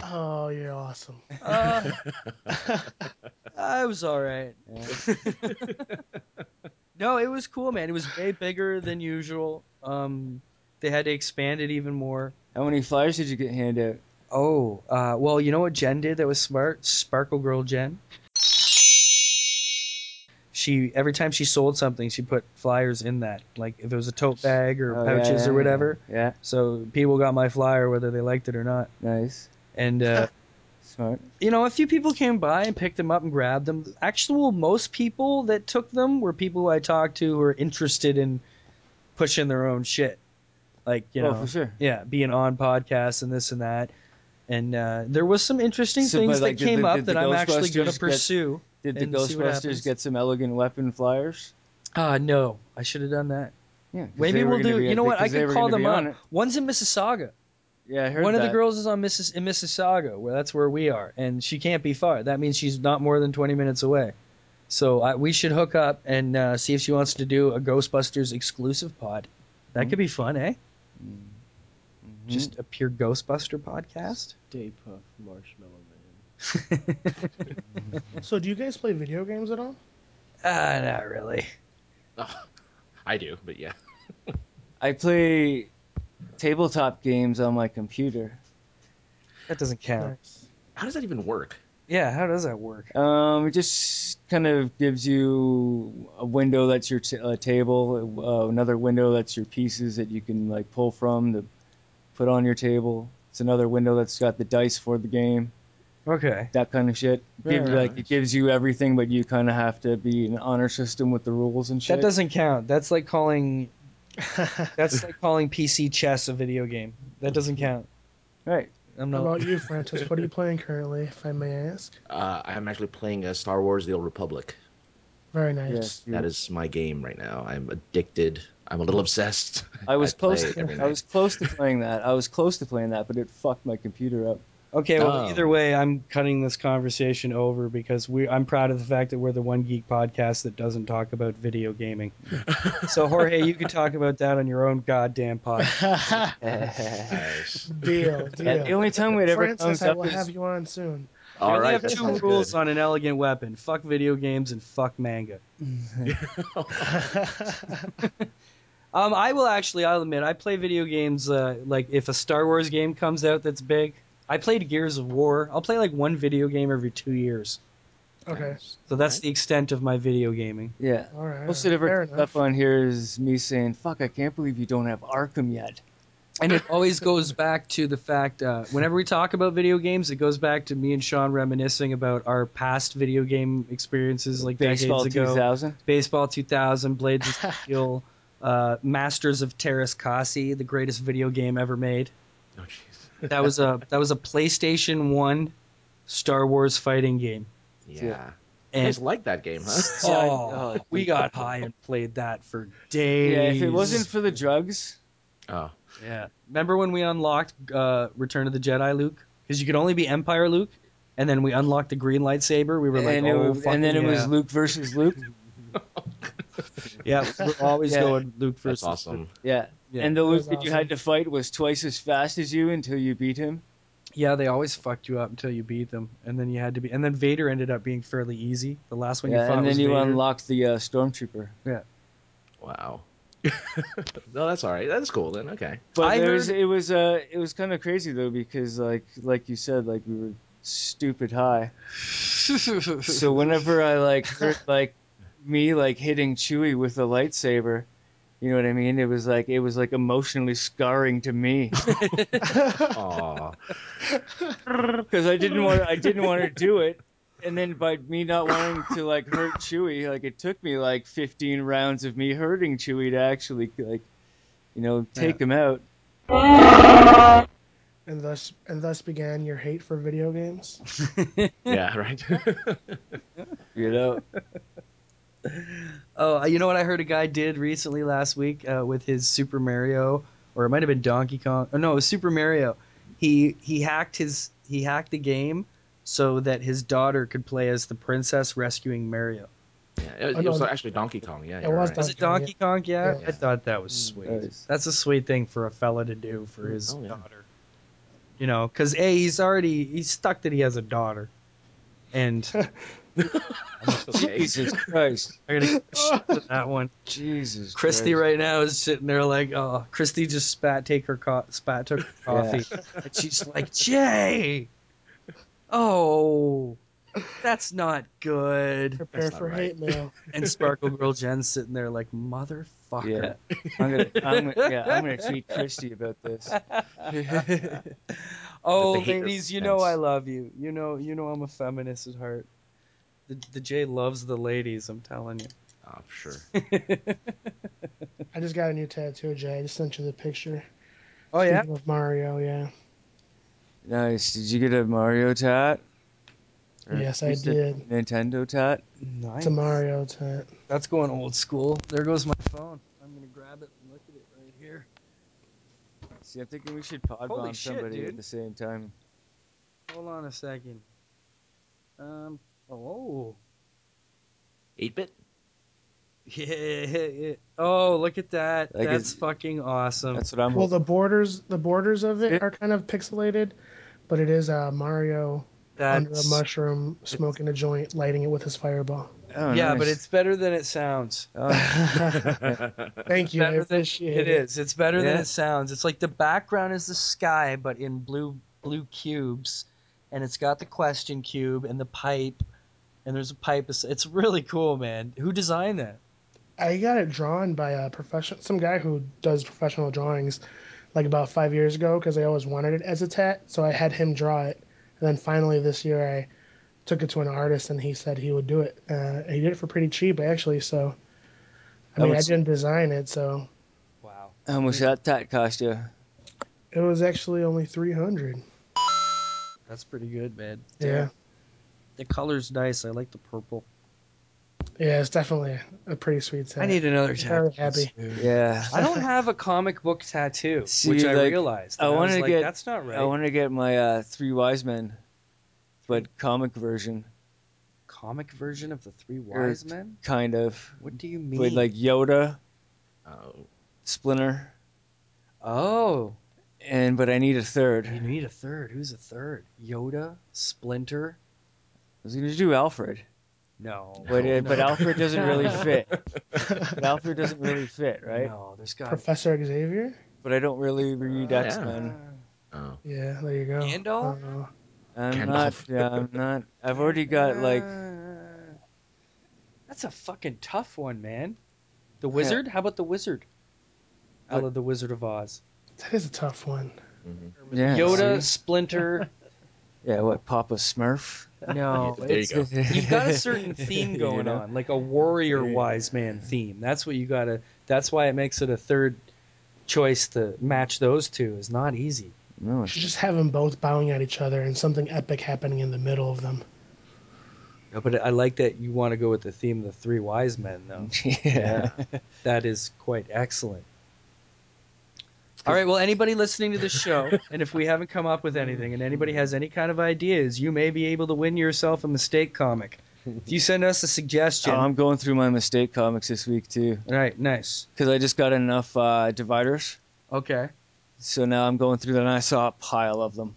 Speaker 10: Oh, you're awesome.
Speaker 5: Uh, I was all right. no, it was cool, man. It was way bigger than usual. Um, they had to expand it even more.
Speaker 6: How many flyers did you get handed out?
Speaker 5: Oh, uh, well, you know what Jen did that was smart? Sparkle Girl Jen. She every time she sold something, she put flyers in that, like if it was a tote bag or
Speaker 6: Oh, yeah,
Speaker 5: pouches
Speaker 6: yeah,
Speaker 5: or whatever.
Speaker 6: Yeah. yeah.
Speaker 5: So people got my flyer whether they liked it or not.
Speaker 6: Nice.
Speaker 5: And uh,
Speaker 6: Smart.
Speaker 5: you know, a few people came by and picked them up and grabbed them. Actual most people that took them were people who I talked to who are interested in pushing their own shit. Like, you
Speaker 6: Oh,
Speaker 5: know,
Speaker 6: for sure.
Speaker 5: yeah, being on podcasts and this and that. And uh, there was some interesting
Speaker 6: So,
Speaker 5: things
Speaker 6: but, like,
Speaker 5: that
Speaker 6: did
Speaker 5: came
Speaker 6: the-
Speaker 5: up
Speaker 6: did
Speaker 5: that
Speaker 6: the
Speaker 5: I'm actually
Speaker 6: Ghostbusters
Speaker 5: going to
Speaker 6: get-
Speaker 5: pursue.
Speaker 6: Did the
Speaker 5: and see what happens.
Speaker 6: Ghostbusters get some elegant weapon flyers?
Speaker 5: Uh, no, I should have done that.
Speaker 6: Yeah. 'cause
Speaker 5: Maybe
Speaker 6: they were
Speaker 5: we'll
Speaker 6: gonna
Speaker 5: do.
Speaker 6: be-
Speaker 5: you know what? I
Speaker 6: because they
Speaker 5: could
Speaker 6: were
Speaker 5: call them
Speaker 6: gonna be on
Speaker 5: up.
Speaker 6: it.
Speaker 5: One's in Mississauga.
Speaker 6: Yeah, I heard
Speaker 5: One of
Speaker 6: that.
Speaker 5: the girls is on Missis- in Mississauga, where that's where we are, and she can't be far. That means she's not more than twenty minutes away. So I, we should hook up and uh, see if she wants to do a Ghostbusters exclusive pod. That could be fun, eh? Just a pure Ghostbuster podcast.
Speaker 14: Day Puff Marshmallow Man.
Speaker 10: So, do you guys play video games at all?
Speaker 5: Ah, not really.
Speaker 8: I do, but yeah.
Speaker 6: I play tabletop games on my computer.
Speaker 5: That doesn't count.
Speaker 8: How does that even work?
Speaker 5: Yeah, how does that work?
Speaker 6: Um, it just kind of gives you a window that's your t- uh, table, uh, another window that's your pieces that you can like pull from to put on your table. It's another window that's got the dice for the game,
Speaker 5: Okay.
Speaker 6: that kind of shit. It
Speaker 5: Right,
Speaker 6: gives,
Speaker 5: right.
Speaker 6: like it gives you everything, but you kind of have to be an honor system with the rules and shit.
Speaker 5: That doesn't count. That's like calling. that's like calling PC chess a video game. That doesn't count.
Speaker 6: Right.
Speaker 5: I'm
Speaker 10: How
Speaker 5: not.
Speaker 10: about you, Francis? What are you playing currently, if I may ask?
Speaker 8: Uh, I'm actually playing uh, Star Wars: The Old Republic.
Speaker 10: Very nice.
Speaker 8: That is my game right now. I'm addicted. I'm a little obsessed.
Speaker 6: I was
Speaker 8: play
Speaker 6: close.
Speaker 8: it every
Speaker 6: To, I
Speaker 8: night.
Speaker 6: was close to playing that. I was close to playing that, but it fucked my computer up.
Speaker 5: Okay, well,
Speaker 6: Oh.
Speaker 5: either way, I'm cutting this conversation over because we I'm proud of the fact that we're the one geek podcast that doesn't talk about video gaming. so Jorge, you can talk about that on your own goddamn podcast. Yeah,
Speaker 10: Deal, deal.
Speaker 5: the only time we'd ever
Speaker 10: Francis,
Speaker 5: comes
Speaker 10: I
Speaker 5: up
Speaker 10: will
Speaker 5: is-
Speaker 10: have you on soon.
Speaker 5: All right, have two rules on an elegant weapon: fuck video games and fuck manga. um, I will actually, I'll admit, I play video games. Uh, like if a Star Wars game comes out that's big, I played Gears of War. I'll play like one video game every two years.
Speaker 10: Okay.
Speaker 5: So that's the extent of my video gaming.
Speaker 6: Yeah.
Speaker 10: All right.
Speaker 6: Most of the ever stuff on here is me saying, "Fuck, I can't believe you don't have Arkham yet."
Speaker 5: And it always goes back to the fact uh, whenever we talk about video games, it goes back to me and Sean reminiscing about our past video game experiences, like
Speaker 6: Baseball
Speaker 5: decades ago.
Speaker 6: 2000?
Speaker 5: Baseball 2000, Blades of Steel, uh, Masters of Terras Kasi, the greatest video game ever made.
Speaker 8: Oh jeez.
Speaker 5: That was a that was a PlayStation One Star Wars fighting game.
Speaker 8: Yeah.
Speaker 5: And-
Speaker 8: I just like that game, huh?
Speaker 5: Oh, we got high and played that for days.
Speaker 6: Yeah, if it wasn't for the drugs,
Speaker 8: Oh.
Speaker 5: Yeah. Remember when we unlocked uh, Return of the Jedi Luke? Because you could only be Empire Luke, and then we unlocked the green lightsaber. We were like,
Speaker 6: and, it
Speaker 5: oh,
Speaker 6: was- and then it
Speaker 5: fucking
Speaker 6: was
Speaker 5: yeah.
Speaker 6: Luke versus Luke.
Speaker 5: Yeah, we were always
Speaker 6: Yeah.
Speaker 5: going Luke versus.
Speaker 8: That's awesome.
Speaker 6: Yeah.
Speaker 5: Yeah.
Speaker 6: And the
Speaker 5: That
Speaker 6: Luke
Speaker 5: was
Speaker 6: that you had to fight was twice as fast as you until you beat him.
Speaker 5: Yeah, they always fucked you up until you beat them, and then you had to be. And then Vader ended up being fairly easy. The last one you
Speaker 6: yeah,
Speaker 5: fought
Speaker 6: and then
Speaker 5: was
Speaker 6: you
Speaker 5: Vader.
Speaker 6: unlocked the uh, stormtrooper.
Speaker 5: Yeah.
Speaker 8: Wow. no, that's all right. That's cool then. Okay.
Speaker 6: But
Speaker 8: I
Speaker 6: there was,
Speaker 8: heard-
Speaker 6: it was uh, it was kind of crazy though because like like you said like we were stupid high. so whenever I like heard like me like hitting Chewie with a lightsaber, you know what I mean? It was like it was like emotionally scarring to me
Speaker 8: Aw.
Speaker 6: because I didn't want I didn't want to do it. And then by me not wanting to like hurt Chewie, like it took me like 15 rounds of me hurting Chewie to actually like, you know, take him out.
Speaker 10: And thus, and thus began your hate for video games.
Speaker 8: Yeah, right.
Speaker 6: you know.
Speaker 5: Oh, you know what I heard a guy did recently last week uh, with his Super Mario, or it might have been Donkey Kong. Oh no, it was Super Mario. He he hacked his he hacked the game so that his daughter could play as the princess rescuing Mario.
Speaker 8: Yeah, it,
Speaker 5: Oh,
Speaker 8: it
Speaker 5: no,
Speaker 8: was
Speaker 5: no.
Speaker 8: actually Donkey Kong. Yeah,
Speaker 5: It
Speaker 8: you're
Speaker 5: was
Speaker 8: right.
Speaker 5: Was it Donkey Kong? Yeah, I thought that was sweet. That's a sweet thing for a fella to do for his
Speaker 8: Oh, yeah.
Speaker 5: daughter. You know, because a he's already he's stuck that he has a daughter, and
Speaker 6: Jesus Christ,
Speaker 5: I gotta get shit with that one.
Speaker 6: Jesus,
Speaker 5: Christy
Speaker 6: Christ.
Speaker 5: right now is sitting there like, oh, Christy just spat take her co- spat took her coffee, and she's like, Jay, oh, that's not good.
Speaker 10: Prepare for hate mail.
Speaker 5: And Sparkle Girl Jen's sitting there like, motherfucker.
Speaker 6: Yeah. I'm gonna, I'm gonna, yeah, I'm gonna tweet Christy about this.
Speaker 5: oh,
Speaker 6: But the hater
Speaker 5: ladies, you know
Speaker 6: fence.
Speaker 5: I love you. You know, you know I'm a feminist at heart. The, the Jay loves the ladies. I'm telling you.
Speaker 8: Oh, sure.
Speaker 10: I just got a new tattoo, Jay. I just sent you the picture.
Speaker 5: Oh yeah?
Speaker 10: Speaking of Mario, yeah.
Speaker 6: Nice. Did you get a Mario tat? Or
Speaker 10: Yes, I
Speaker 6: just a
Speaker 10: did.
Speaker 6: Nintendo tat.
Speaker 5: Nice.
Speaker 10: It's a Mario tat.
Speaker 5: That's going old school. There goes my phone. I'm gonna grab it and look at it right here.
Speaker 6: See, I'm thinking we should pod
Speaker 5: Holy
Speaker 6: bomb
Speaker 5: shit,
Speaker 6: somebody
Speaker 5: dude.
Speaker 6: at the same time.
Speaker 5: Hold on a second. Um. Oh.
Speaker 8: Eight bit.
Speaker 5: Yeah, yeah, yeah. Oh, look at that.
Speaker 6: Like,
Speaker 5: that's
Speaker 6: is-
Speaker 5: fucking awesome.
Speaker 6: That's what I'm.
Speaker 10: Well, the borders, the borders of it are kind of pixelated, but it is uh, Mario under a
Speaker 5: That's-
Speaker 10: mushroom smoking a joint, lighting it with his fireball.
Speaker 6: Oh,
Speaker 5: yeah, but it's better than it sounds.
Speaker 6: Oh.
Speaker 10: Thank you. I
Speaker 5: Better than-
Speaker 10: appreciate
Speaker 5: it
Speaker 10: it.
Speaker 5: is. It's better than
Speaker 10: Yeah.
Speaker 5: it sounds. It's like the background is the sky, but in blue blue cubes, and it's got the question cube and the pipe, and there's a pipe. It's- It's really cool, man. Who designed that?
Speaker 10: I got it drawn by a professional, some guy who does professional drawings, like about five years ago, because I always wanted it as a tat. So I had him draw it, and then finally this year I took it to an artist, and he said he would do it. Uh, he did it for pretty cheap actually. So, I
Speaker 6: That
Speaker 10: mean,
Speaker 6: was-
Speaker 10: I didn't design it, so
Speaker 6: How much that tat cost you?
Speaker 10: it was actually only three hundred.
Speaker 5: That's pretty good, man.
Speaker 10: Yeah.
Speaker 5: The color's nice. I like the purple.
Speaker 10: Yeah, it's definitely a pretty sweet set.
Speaker 5: I need another
Speaker 10: Very
Speaker 5: tattoo.
Speaker 10: happy.
Speaker 6: Yeah.
Speaker 5: I don't have a comic book tattoo,
Speaker 6: See,
Speaker 5: which I
Speaker 6: like,
Speaker 5: realized.
Speaker 6: I
Speaker 5: And
Speaker 6: want
Speaker 5: was
Speaker 6: to
Speaker 5: like,
Speaker 6: get.
Speaker 5: that's not right.
Speaker 6: I want to get my uh, Three Wise Men, but comic version.
Speaker 5: comic version of the Three
Speaker 6: or
Speaker 5: Wise Men.
Speaker 6: Kind of.
Speaker 5: What do you
Speaker 6: With
Speaker 5: mean?
Speaker 6: like Yoda.
Speaker 8: Oh,
Speaker 6: Splinter.
Speaker 5: Oh.
Speaker 6: And but I need a third.
Speaker 5: You need a third. Who's a third? Yoda, Splinter.
Speaker 6: I was gonna do Alfred.
Speaker 5: No,
Speaker 6: But
Speaker 5: no,
Speaker 6: uh, but
Speaker 5: Oh, no.
Speaker 6: Alfred doesn't really fit. but Alfred doesn't really fit, right?
Speaker 5: No, there's got.
Speaker 10: Professor Xavier?
Speaker 6: But I don't really read
Speaker 10: yeah.
Speaker 6: X Men.
Speaker 8: Oh.
Speaker 10: Yeah, there you go.
Speaker 5: Gandalf?
Speaker 10: Oh,
Speaker 6: I'm not.
Speaker 8: Gandalf.
Speaker 6: Yeah, I'm not. I've already got like.
Speaker 5: Uh, that's a fucking tough one, man. The Wizard? How about the Wizard? I love the Wizard of Oz.
Speaker 10: that is a tough one.
Speaker 6: Yeah,
Speaker 5: Yoda,
Speaker 6: see?
Speaker 5: Splinter.
Speaker 6: Yeah, what Papa Smurf?
Speaker 5: No,
Speaker 6: There you
Speaker 5: it's-
Speaker 6: go.
Speaker 5: You've got a certain theme going
Speaker 6: You know?
Speaker 5: on, like a warrior wise man theme. That's what you got to. That's why it makes it a third choice to match those two. Is not easy.
Speaker 6: No,
Speaker 10: You should just have them both bowing at each other and something epic happening in the middle of them.
Speaker 5: No, but I like that you want to go with the theme of the three wise men, though.
Speaker 6: Yeah.
Speaker 5: that is quite excellent. All right. Well, anybody listening to this show, and if we haven't come up with anything, and anybody has any kind of ideas, you may be able to win yourself a mistake comic. If you send us a suggestion,
Speaker 6: Oh, I'm going through my mistake comics this week too,
Speaker 5: all right, nice.
Speaker 6: because I just got enough uh, dividers.
Speaker 5: Okay.
Speaker 6: So now I'm going through them, and I saw a pile of them.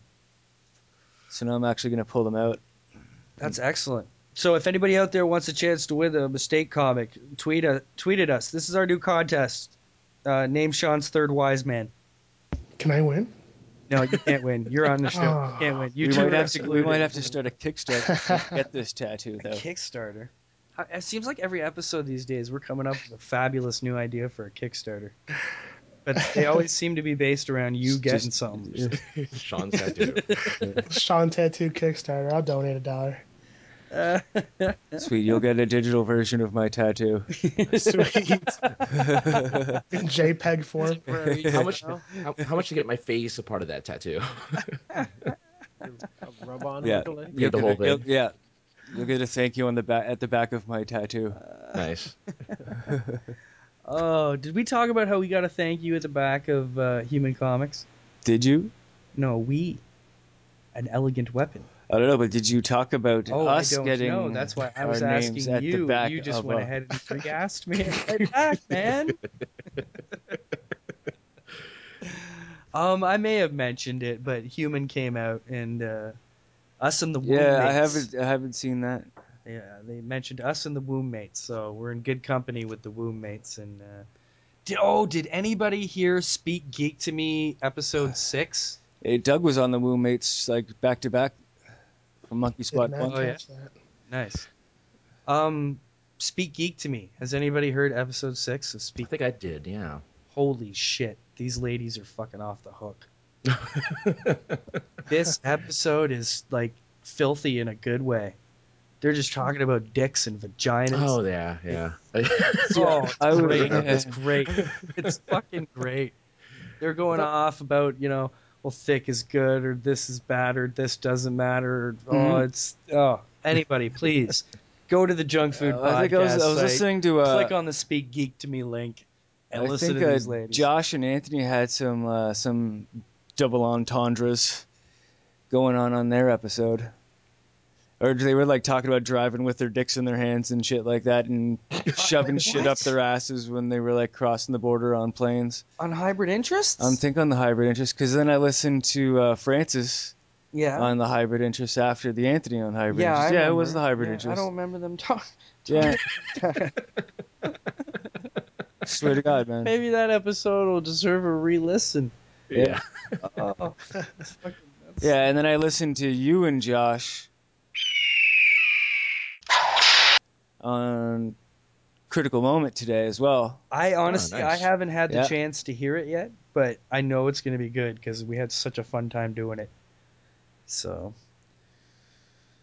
Speaker 6: So now I'm actually going to pull them out. Hmm.
Speaker 5: That's excellent. So if anybody out there wants a chance to win a mistake comic, tweet a, tweet at us. This is our new contest. Uh, name Sean's third wise man.
Speaker 10: Can I win?
Speaker 5: No, you can't win. You're on the show. You
Speaker 10: Oh.
Speaker 5: can't win. You
Speaker 6: we
Speaker 5: two
Speaker 6: Ah. might
Speaker 5: are
Speaker 6: have to. We might
Speaker 5: excluded.
Speaker 6: have to start a Kickstarter to get this tattoo though.
Speaker 5: Kickstarter. Uh, It seems like every episode these days we're coming up with a fabulous new idea for a Kickstarter. But they always seem to be based around you getting something.
Speaker 8: Sean's tattoo.
Speaker 10: Sean Tattoo Kickstarter. I'll donate a dollar.
Speaker 5: Uh,
Speaker 6: Sweet, you'll get a digital version of my tattoo.
Speaker 10: Sweet. In JPEG form.
Speaker 8: How much? How, how much to get my face a part of that tattoo?
Speaker 14: Rub on
Speaker 6: yeah,
Speaker 14: overlay?
Speaker 8: Yeah,
Speaker 6: you'll
Speaker 8: the
Speaker 6: get
Speaker 8: whole
Speaker 6: a- you'll-
Speaker 8: thing.
Speaker 6: yeah, you'll get a thank you on the back at the back of my tattoo.
Speaker 8: nice.
Speaker 5: oh, did we talk about how we got a thank you at the back of uh, Human Comics?
Speaker 6: Did you?
Speaker 5: No, we. An elegant weapon.
Speaker 6: I don't know, but did you talk about
Speaker 5: Oh,
Speaker 6: us
Speaker 5: I don't
Speaker 6: getting?
Speaker 5: know. That's why I
Speaker 6: our
Speaker 5: was
Speaker 6: names
Speaker 5: asking
Speaker 6: at the
Speaker 5: you.
Speaker 6: back
Speaker 5: You just
Speaker 6: of
Speaker 5: went
Speaker 6: a-
Speaker 5: ahead and freaking asked me right back, man. um, I may have mentioned it, but Human came out and uh, us and the womb
Speaker 6: Yeah, I
Speaker 5: mates.
Speaker 6: haven't. I haven't seen that.
Speaker 5: Yeah, they mentioned us and the womb mates, so we're in good company with the womb mates. And uh, did, oh, did anybody here speak geek to me episode six?
Speaker 6: Hey, Doug was on the Woo Mates like back to back from Monkey Squad
Speaker 10: Did
Speaker 6: One.
Speaker 10: not
Speaker 5: Oh, yeah.
Speaker 10: catch that.
Speaker 5: Nice. Um, Speak Geek to me. Has anybody heard episode six of
Speaker 8: I
Speaker 5: Speak?
Speaker 8: think I did. Yeah.
Speaker 5: Holy shit! These ladies are fucking off the hook. This episode is like filthy in a good way. They're just talking about dicks and vaginas.
Speaker 8: oh yeah, yeah.
Speaker 5: Oh, it's
Speaker 6: I would-
Speaker 5: great. It's great. It's fucking great. They're going off about, you know, well, thick is good or this is bad or this doesn't matter. Or, Oh,
Speaker 6: Mhm.
Speaker 5: it's, oh, anybody, please go to the junk food
Speaker 6: Uh,
Speaker 5: podcast.
Speaker 6: I think I was, I was
Speaker 5: site,
Speaker 6: listening to. Uh,
Speaker 5: click on the Speak Geek to Me link and
Speaker 6: I
Speaker 5: listen
Speaker 6: think
Speaker 5: to
Speaker 6: uh,
Speaker 5: these ladies.
Speaker 6: Josh and Anthony had some uh, some double entendres going on on their episode, or they were like talking about driving with their dicks in their hands and shit like that, and shoving shit up their asses when they were like crossing the border on planes.
Speaker 5: on hybrid interests?
Speaker 6: I'm thinking on the hybrid interest because then I listened to uh, Francis
Speaker 5: yeah.
Speaker 6: on the hybrid interest after the Anthony on hybrid
Speaker 5: yeah,
Speaker 6: interest.
Speaker 5: I
Speaker 6: yeah, it was
Speaker 5: remember.
Speaker 6: the hybrid
Speaker 5: Yeah, I
Speaker 6: interest.
Speaker 5: don't remember them talking.
Speaker 6: Yeah, swear to God, man.
Speaker 5: Maybe that episode will deserve a re-listen.
Speaker 8: yeah.
Speaker 5: Oh,
Speaker 6: Yeah, and then I listened to you and Josh on Critical Moment today as well.
Speaker 5: I honestly,
Speaker 8: nice.
Speaker 5: I haven't had the
Speaker 6: Oh, Yeah.
Speaker 5: chance to hear it yet, but I know it's going to be good because we had such a fun time doing it. So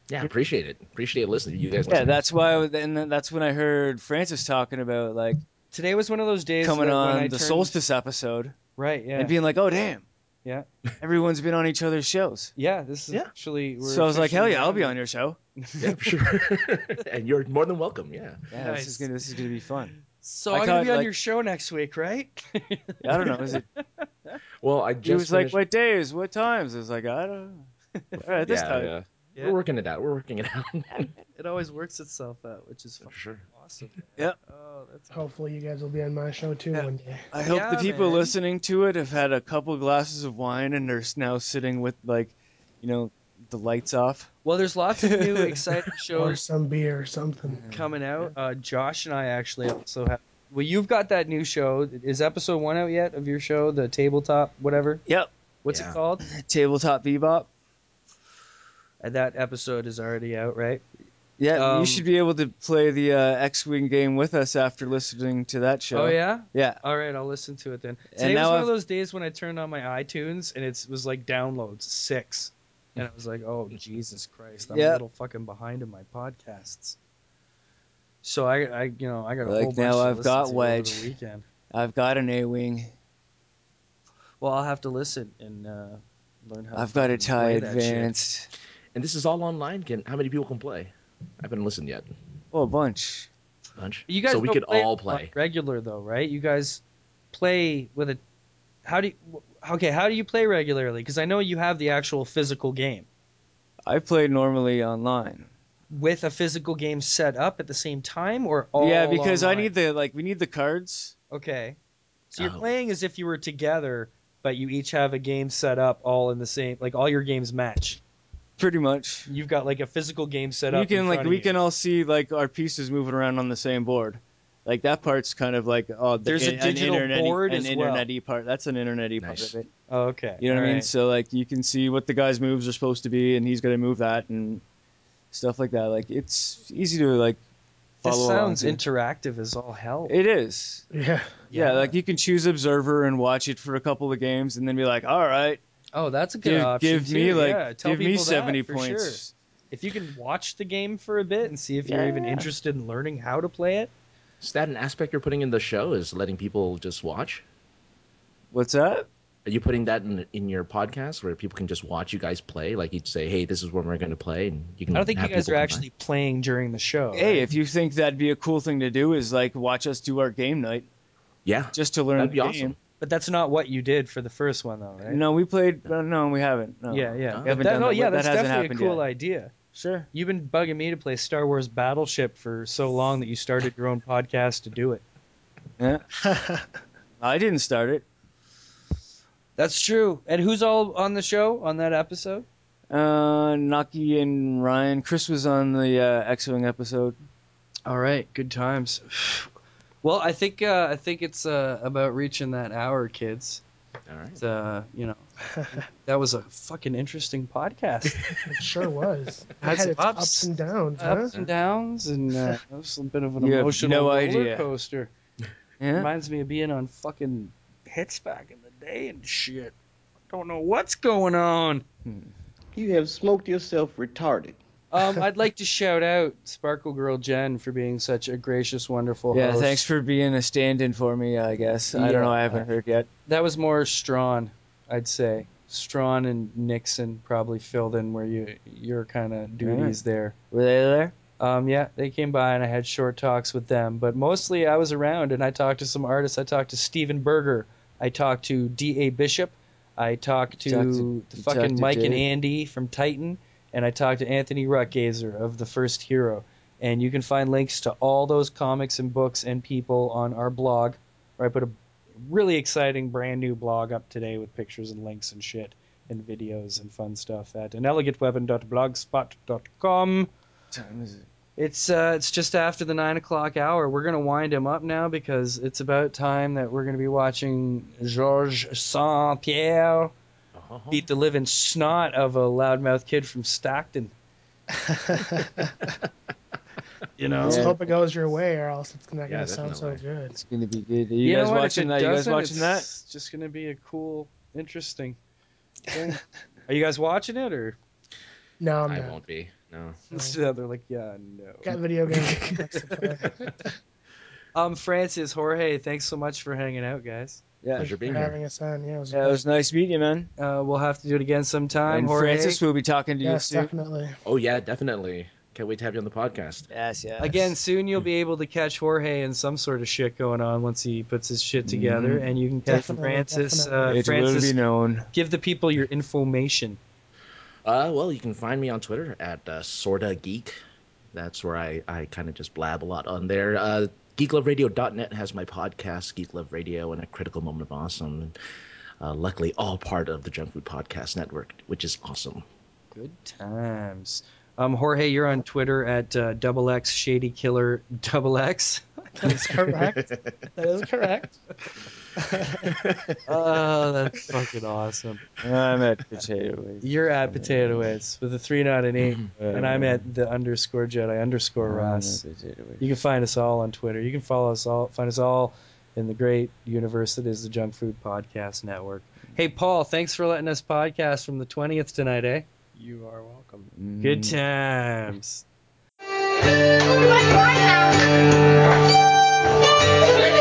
Speaker 8: Yeah, appreciate it. Appreciate listening. You guys.
Speaker 6: Yeah, that's why. I was, and then that's when I heard Francis talking about like
Speaker 5: today was one of those days
Speaker 6: coming
Speaker 5: that uh, when
Speaker 6: on the
Speaker 5: I turned-
Speaker 6: Solstice episode
Speaker 5: right? Yeah,
Speaker 6: and being like, "Oh damn,
Speaker 5: Yeah.
Speaker 6: everyone's been on each other's shows."
Speaker 5: yeah. This is
Speaker 8: Yeah.
Speaker 5: actually. We're
Speaker 6: so I was like,
Speaker 5: officially
Speaker 6: "Hell yeah, I'll be
Speaker 5: done.
Speaker 6: on your show."
Speaker 8: Yeah, for sure. and you're more than welcome. Yeah.
Speaker 6: Yeah, this is gonna this is gonna be fun.
Speaker 5: So
Speaker 6: I
Speaker 5: I am going
Speaker 6: thought,
Speaker 5: to be on
Speaker 6: like-
Speaker 5: your show next week, right?
Speaker 6: I don't know. Is it?
Speaker 8: Well, I
Speaker 6: He
Speaker 8: just
Speaker 6: was like,
Speaker 8: finished-
Speaker 6: "What days? What times?" I was like, "I don't." know. All right, this
Speaker 8: yeah,
Speaker 6: time.
Speaker 8: yeah.
Speaker 5: Yeah.
Speaker 8: We're working it out. We're working it out.
Speaker 5: It always works itself out, which is fucking
Speaker 8: sure.
Speaker 5: awesome.
Speaker 6: Yep.
Speaker 5: Oh, that's
Speaker 10: Hopefully, you guys will be on my show too one day.
Speaker 6: I hope
Speaker 5: Yeah,
Speaker 6: the people
Speaker 5: man.
Speaker 6: listening to it have had a couple glasses of wine and are s- now sitting with like, you know, the lights off.
Speaker 5: Well, there's lots of new exciting
Speaker 10: Or
Speaker 5: shows
Speaker 10: some beer or something.
Speaker 5: coming out. Uh, Josh and I actually also have. Well, you've got that new show. Is episode one out yet of your show, the tabletop, whatever?
Speaker 6: Yep.
Speaker 5: What's
Speaker 8: Yeah.
Speaker 5: it called?
Speaker 6: Tabletop bebop.
Speaker 5: And that episode is already out, right?
Speaker 6: Yeah,
Speaker 5: Um,
Speaker 6: you should be able to play the uh, X-wing game with us after listening to that show.
Speaker 5: Oh yeah.
Speaker 6: Yeah.
Speaker 5: All right, I'll listen to it then.
Speaker 6: And
Speaker 5: Today was
Speaker 6: now
Speaker 5: one
Speaker 6: I've-
Speaker 5: of those days when I turned on my iTunes and it was like downloads six, and I was like, "Oh Jesus Christ, I'm a
Speaker 6: Yeah.
Speaker 5: little fucking behind in my podcasts." So I, I you know, I got a
Speaker 6: Like,
Speaker 5: whole bunch.
Speaker 6: now
Speaker 5: to
Speaker 6: I've
Speaker 5: listen
Speaker 6: got
Speaker 5: to over
Speaker 6: Wedge.
Speaker 5: The weekend.
Speaker 6: I've got an A-wing.
Speaker 5: Well, I'll have to listen and uh, learn how. to
Speaker 6: I've got
Speaker 5: fucking
Speaker 6: a tie
Speaker 5: play that shit.
Speaker 6: advanced.
Speaker 8: And this is all online. Can how many people can play? I haven't listened yet.
Speaker 6: Oh, a bunch.
Speaker 8: Bunch.
Speaker 5: You guys,
Speaker 8: so we
Speaker 5: don't
Speaker 8: could all
Speaker 5: it
Speaker 8: play.
Speaker 5: on regular though, right? You guys play with a. How do you? wh- Okay, how do you play regularly? Because I know you have the actual physical game.
Speaker 6: I play normally online.
Speaker 5: with a physical game set up at the same time or all
Speaker 6: yeah, because I
Speaker 5: online?
Speaker 6: need the like we need the cards.
Speaker 5: okay so you're
Speaker 8: Oh.
Speaker 5: playing as if you were together but you each have a game set up all in the same like all your games match
Speaker 6: Pretty much.
Speaker 5: you've got like a physical game set
Speaker 6: You
Speaker 5: up in
Speaker 6: can like
Speaker 5: front of
Speaker 6: we
Speaker 5: you.
Speaker 6: can all see like our pieces moving around on the same board. Like that part's kind of like oh the,
Speaker 5: There's a
Speaker 6: an
Speaker 5: digital
Speaker 6: internet-y-
Speaker 5: board
Speaker 6: an
Speaker 5: as well.
Speaker 6: internet-y part. That's an internet-y
Speaker 8: Nice.
Speaker 6: part of it.
Speaker 5: oh, okay
Speaker 6: You know what I mean?
Speaker 5: Alright.
Speaker 6: So like you can see what the guy's moves are supposed to be, and he's gonna move that and stuff like that. Like it's easy to like follow.
Speaker 5: this
Speaker 6: along
Speaker 5: sounds
Speaker 6: to.
Speaker 5: interactive as all hell
Speaker 6: It is.
Speaker 10: Yeah.
Speaker 6: Yeah. like you can choose observer and watch it for a couple of games, and then be like, all right,
Speaker 5: oh that's a good
Speaker 6: give,
Speaker 5: option
Speaker 6: give me
Speaker 5: too.
Speaker 6: like
Speaker 5: yeah, tell
Speaker 6: give me
Speaker 5: people that,
Speaker 6: seventy
Speaker 5: for sure.
Speaker 6: points.
Speaker 5: if you can watch the game for a bit and see if you're even
Speaker 6: Yeah.
Speaker 5: interested in learning how to play it
Speaker 8: Is that an aspect you're putting in the show? Is letting people just watch?
Speaker 6: What's that?
Speaker 8: Are you putting that in in your podcast where people can just watch you guys play? Like you'd say, "Hey, this is when we're going to play," and you
Speaker 6: Hmm,
Speaker 8: can.
Speaker 5: i don't think you
Speaker 8: have
Speaker 5: guys are
Speaker 8: people come by?
Speaker 5: actually playing during the show
Speaker 6: Hey, if you think that'd be a cool thing to do, is like watch us do our game night
Speaker 8: Yeah,
Speaker 6: just to learn
Speaker 8: that'd be
Speaker 6: the
Speaker 8: awesome.
Speaker 6: game.
Speaker 5: But that's not what you did for the first one, though, right?
Speaker 6: No, we played. uh, No, we haven't. No.
Speaker 5: Yeah, yeah.
Speaker 6: We haven't
Speaker 5: That-
Speaker 6: done
Speaker 5: no,
Speaker 6: that.
Speaker 5: yeah,
Speaker 6: that
Speaker 5: that's
Speaker 6: hasn't
Speaker 5: definitely a
Speaker 6: happened
Speaker 5: cool
Speaker 6: yet.
Speaker 5: idea.
Speaker 6: Sure.
Speaker 5: You've been bugging me to play Star Wars Battleship for so long that you started your own podcast to do it.
Speaker 6: Yeah. I didn't start it.
Speaker 5: That's true. And who's all on the show on that episode?
Speaker 6: Uh, Naki and Ryan. Chris was on the uh, X Wing episode.
Speaker 5: All right, good times. Well, I think uh, I think it's uh, about reaching that hour, kids.
Speaker 8: All right.
Speaker 5: Uh, you know, that was a fucking interesting podcast.
Speaker 10: It sure was. It
Speaker 5: Had
Speaker 10: had
Speaker 5: some
Speaker 10: its
Speaker 5: ups.
Speaker 10: ups, and downs, huh?
Speaker 5: Ups and downs, and uh, that was a bit of an
Speaker 6: You have
Speaker 5: emotional
Speaker 6: no
Speaker 5: roller
Speaker 6: idea.
Speaker 5: coaster.
Speaker 6: Yeah.
Speaker 5: Reminds me of being on fucking hits back in the day and shit. Don't know what's going on.
Speaker 14: You have smoked yourself retarded.
Speaker 5: Um, I'd like to shout out Sparkle Girl Jen for being such a gracious, wonderful
Speaker 6: Yeah.
Speaker 5: host.
Speaker 6: Thanks for being a stand-in for me. I guess. I
Speaker 5: Oh, Yeah.
Speaker 6: don't know. I haven't heard yet.
Speaker 5: That was more Strawn, I'd say. Strawn and Nixon probably filled in where you your kind of duties there.
Speaker 6: Were they there?
Speaker 5: Um, yeah, they came by and I had short talks with them, but mostly I was around and I talked to some artists. I talked to Steven Berger. I talked to D.A. Bishop. I talked to,
Speaker 6: You talked to-
Speaker 5: the
Speaker 6: you
Speaker 5: fucking
Speaker 6: talked to
Speaker 5: Mike and
Speaker 6: Dave.
Speaker 5: Andy from Titan, and I talked to Anthony Rutgazer of The First Hero. And you can find links to all those comics and books and people on our blog, where I put a really exciting brand new blog up today with pictures and links and shit and videos and fun stuff at inelegantweapon.blogspot.com.
Speaker 6: Time is it?
Speaker 5: It's uh, it's just after the nine o'clock hour. We're gonna wind him up now because it's about time that we're gonna be watching Georges Saint Pierre
Speaker 6: Uh-huh.
Speaker 5: beat the living snot of a loudmouth kid from Stockton. you know,
Speaker 10: Let's
Speaker 6: Yeah.
Speaker 10: hope it goes your way, or else it's not
Speaker 8: Yeah,
Speaker 10: gonna sound so
Speaker 8: definitely.
Speaker 10: good.
Speaker 6: It's gonna be good. Are you, guys
Speaker 5: know what? If
Speaker 6: watching
Speaker 5: it
Speaker 6: that? You guys
Speaker 5: doesn't,
Speaker 6: watching that?
Speaker 5: It's just gonna be a cool, interesting. thing. Are you guys watching it or?
Speaker 10: No, I'm
Speaker 8: I
Speaker 10: not.
Speaker 8: won't be. No.
Speaker 5: Yeah, they're like, yeah, no.
Speaker 10: Got video games.
Speaker 5: Um, Francis Jorge, thanks so much for hanging out, guys.
Speaker 6: Yeah.
Speaker 8: Pleasure
Speaker 10: for
Speaker 8: being here.
Speaker 10: having us on. Yeah, it was,
Speaker 6: Yeah, it was nice meeting you, man.
Speaker 5: Uh, we'll have to do it again sometime.
Speaker 6: And
Speaker 5: Jorge.
Speaker 6: Francis, we'll be talking to
Speaker 10: yes,
Speaker 6: you soon.
Speaker 10: definitely.
Speaker 8: Oh yeah, definitely. Can't wait to have you on the podcast.
Speaker 5: Yes, yes. Again, soon you'll be able to catch Jorge and some sort of shit going on once he puts his shit together,
Speaker 6: Mhm.
Speaker 5: and you can catch
Speaker 6: Definitely,
Speaker 5: Francis.
Speaker 6: definitely.
Speaker 5: Uh,
Speaker 6: It will
Speaker 5: Francis,
Speaker 6: be known.
Speaker 5: Give the people your information.
Speaker 8: Uh, well, you can find me on Twitter at uh, sorta geek. That's where I, I kind of just blab a lot on there. Uh, geekloveradio.net has my podcast, Geek Love Radio, and a critical moment of awesome. And, uh, luckily, all part of the Junk Food Podcast Network, which is awesome.
Speaker 5: Good times. Um, Jorge, you're on Twitter at uh, double X Shady Killer double X.
Speaker 10: That is correct. that is correct.
Speaker 5: oh, that's fucking awesome.
Speaker 6: I'm at potato waste.
Speaker 5: You're at Potato Heads with a three, not an eight, and I'm
Speaker 6: Uh,
Speaker 5: at the underscore Jedi underscore
Speaker 6: I'm
Speaker 5: Ross.
Speaker 6: at Potato
Speaker 5: You can find us all on Twitter. You can follow us all. Find us all in the great universe that is the Junk Food Podcast Network. Hey, Paul, thanks for letting us podcast from the twentieth tonight, eh?
Speaker 15: You are welcome.
Speaker 5: Good times.
Speaker 3: Thank you.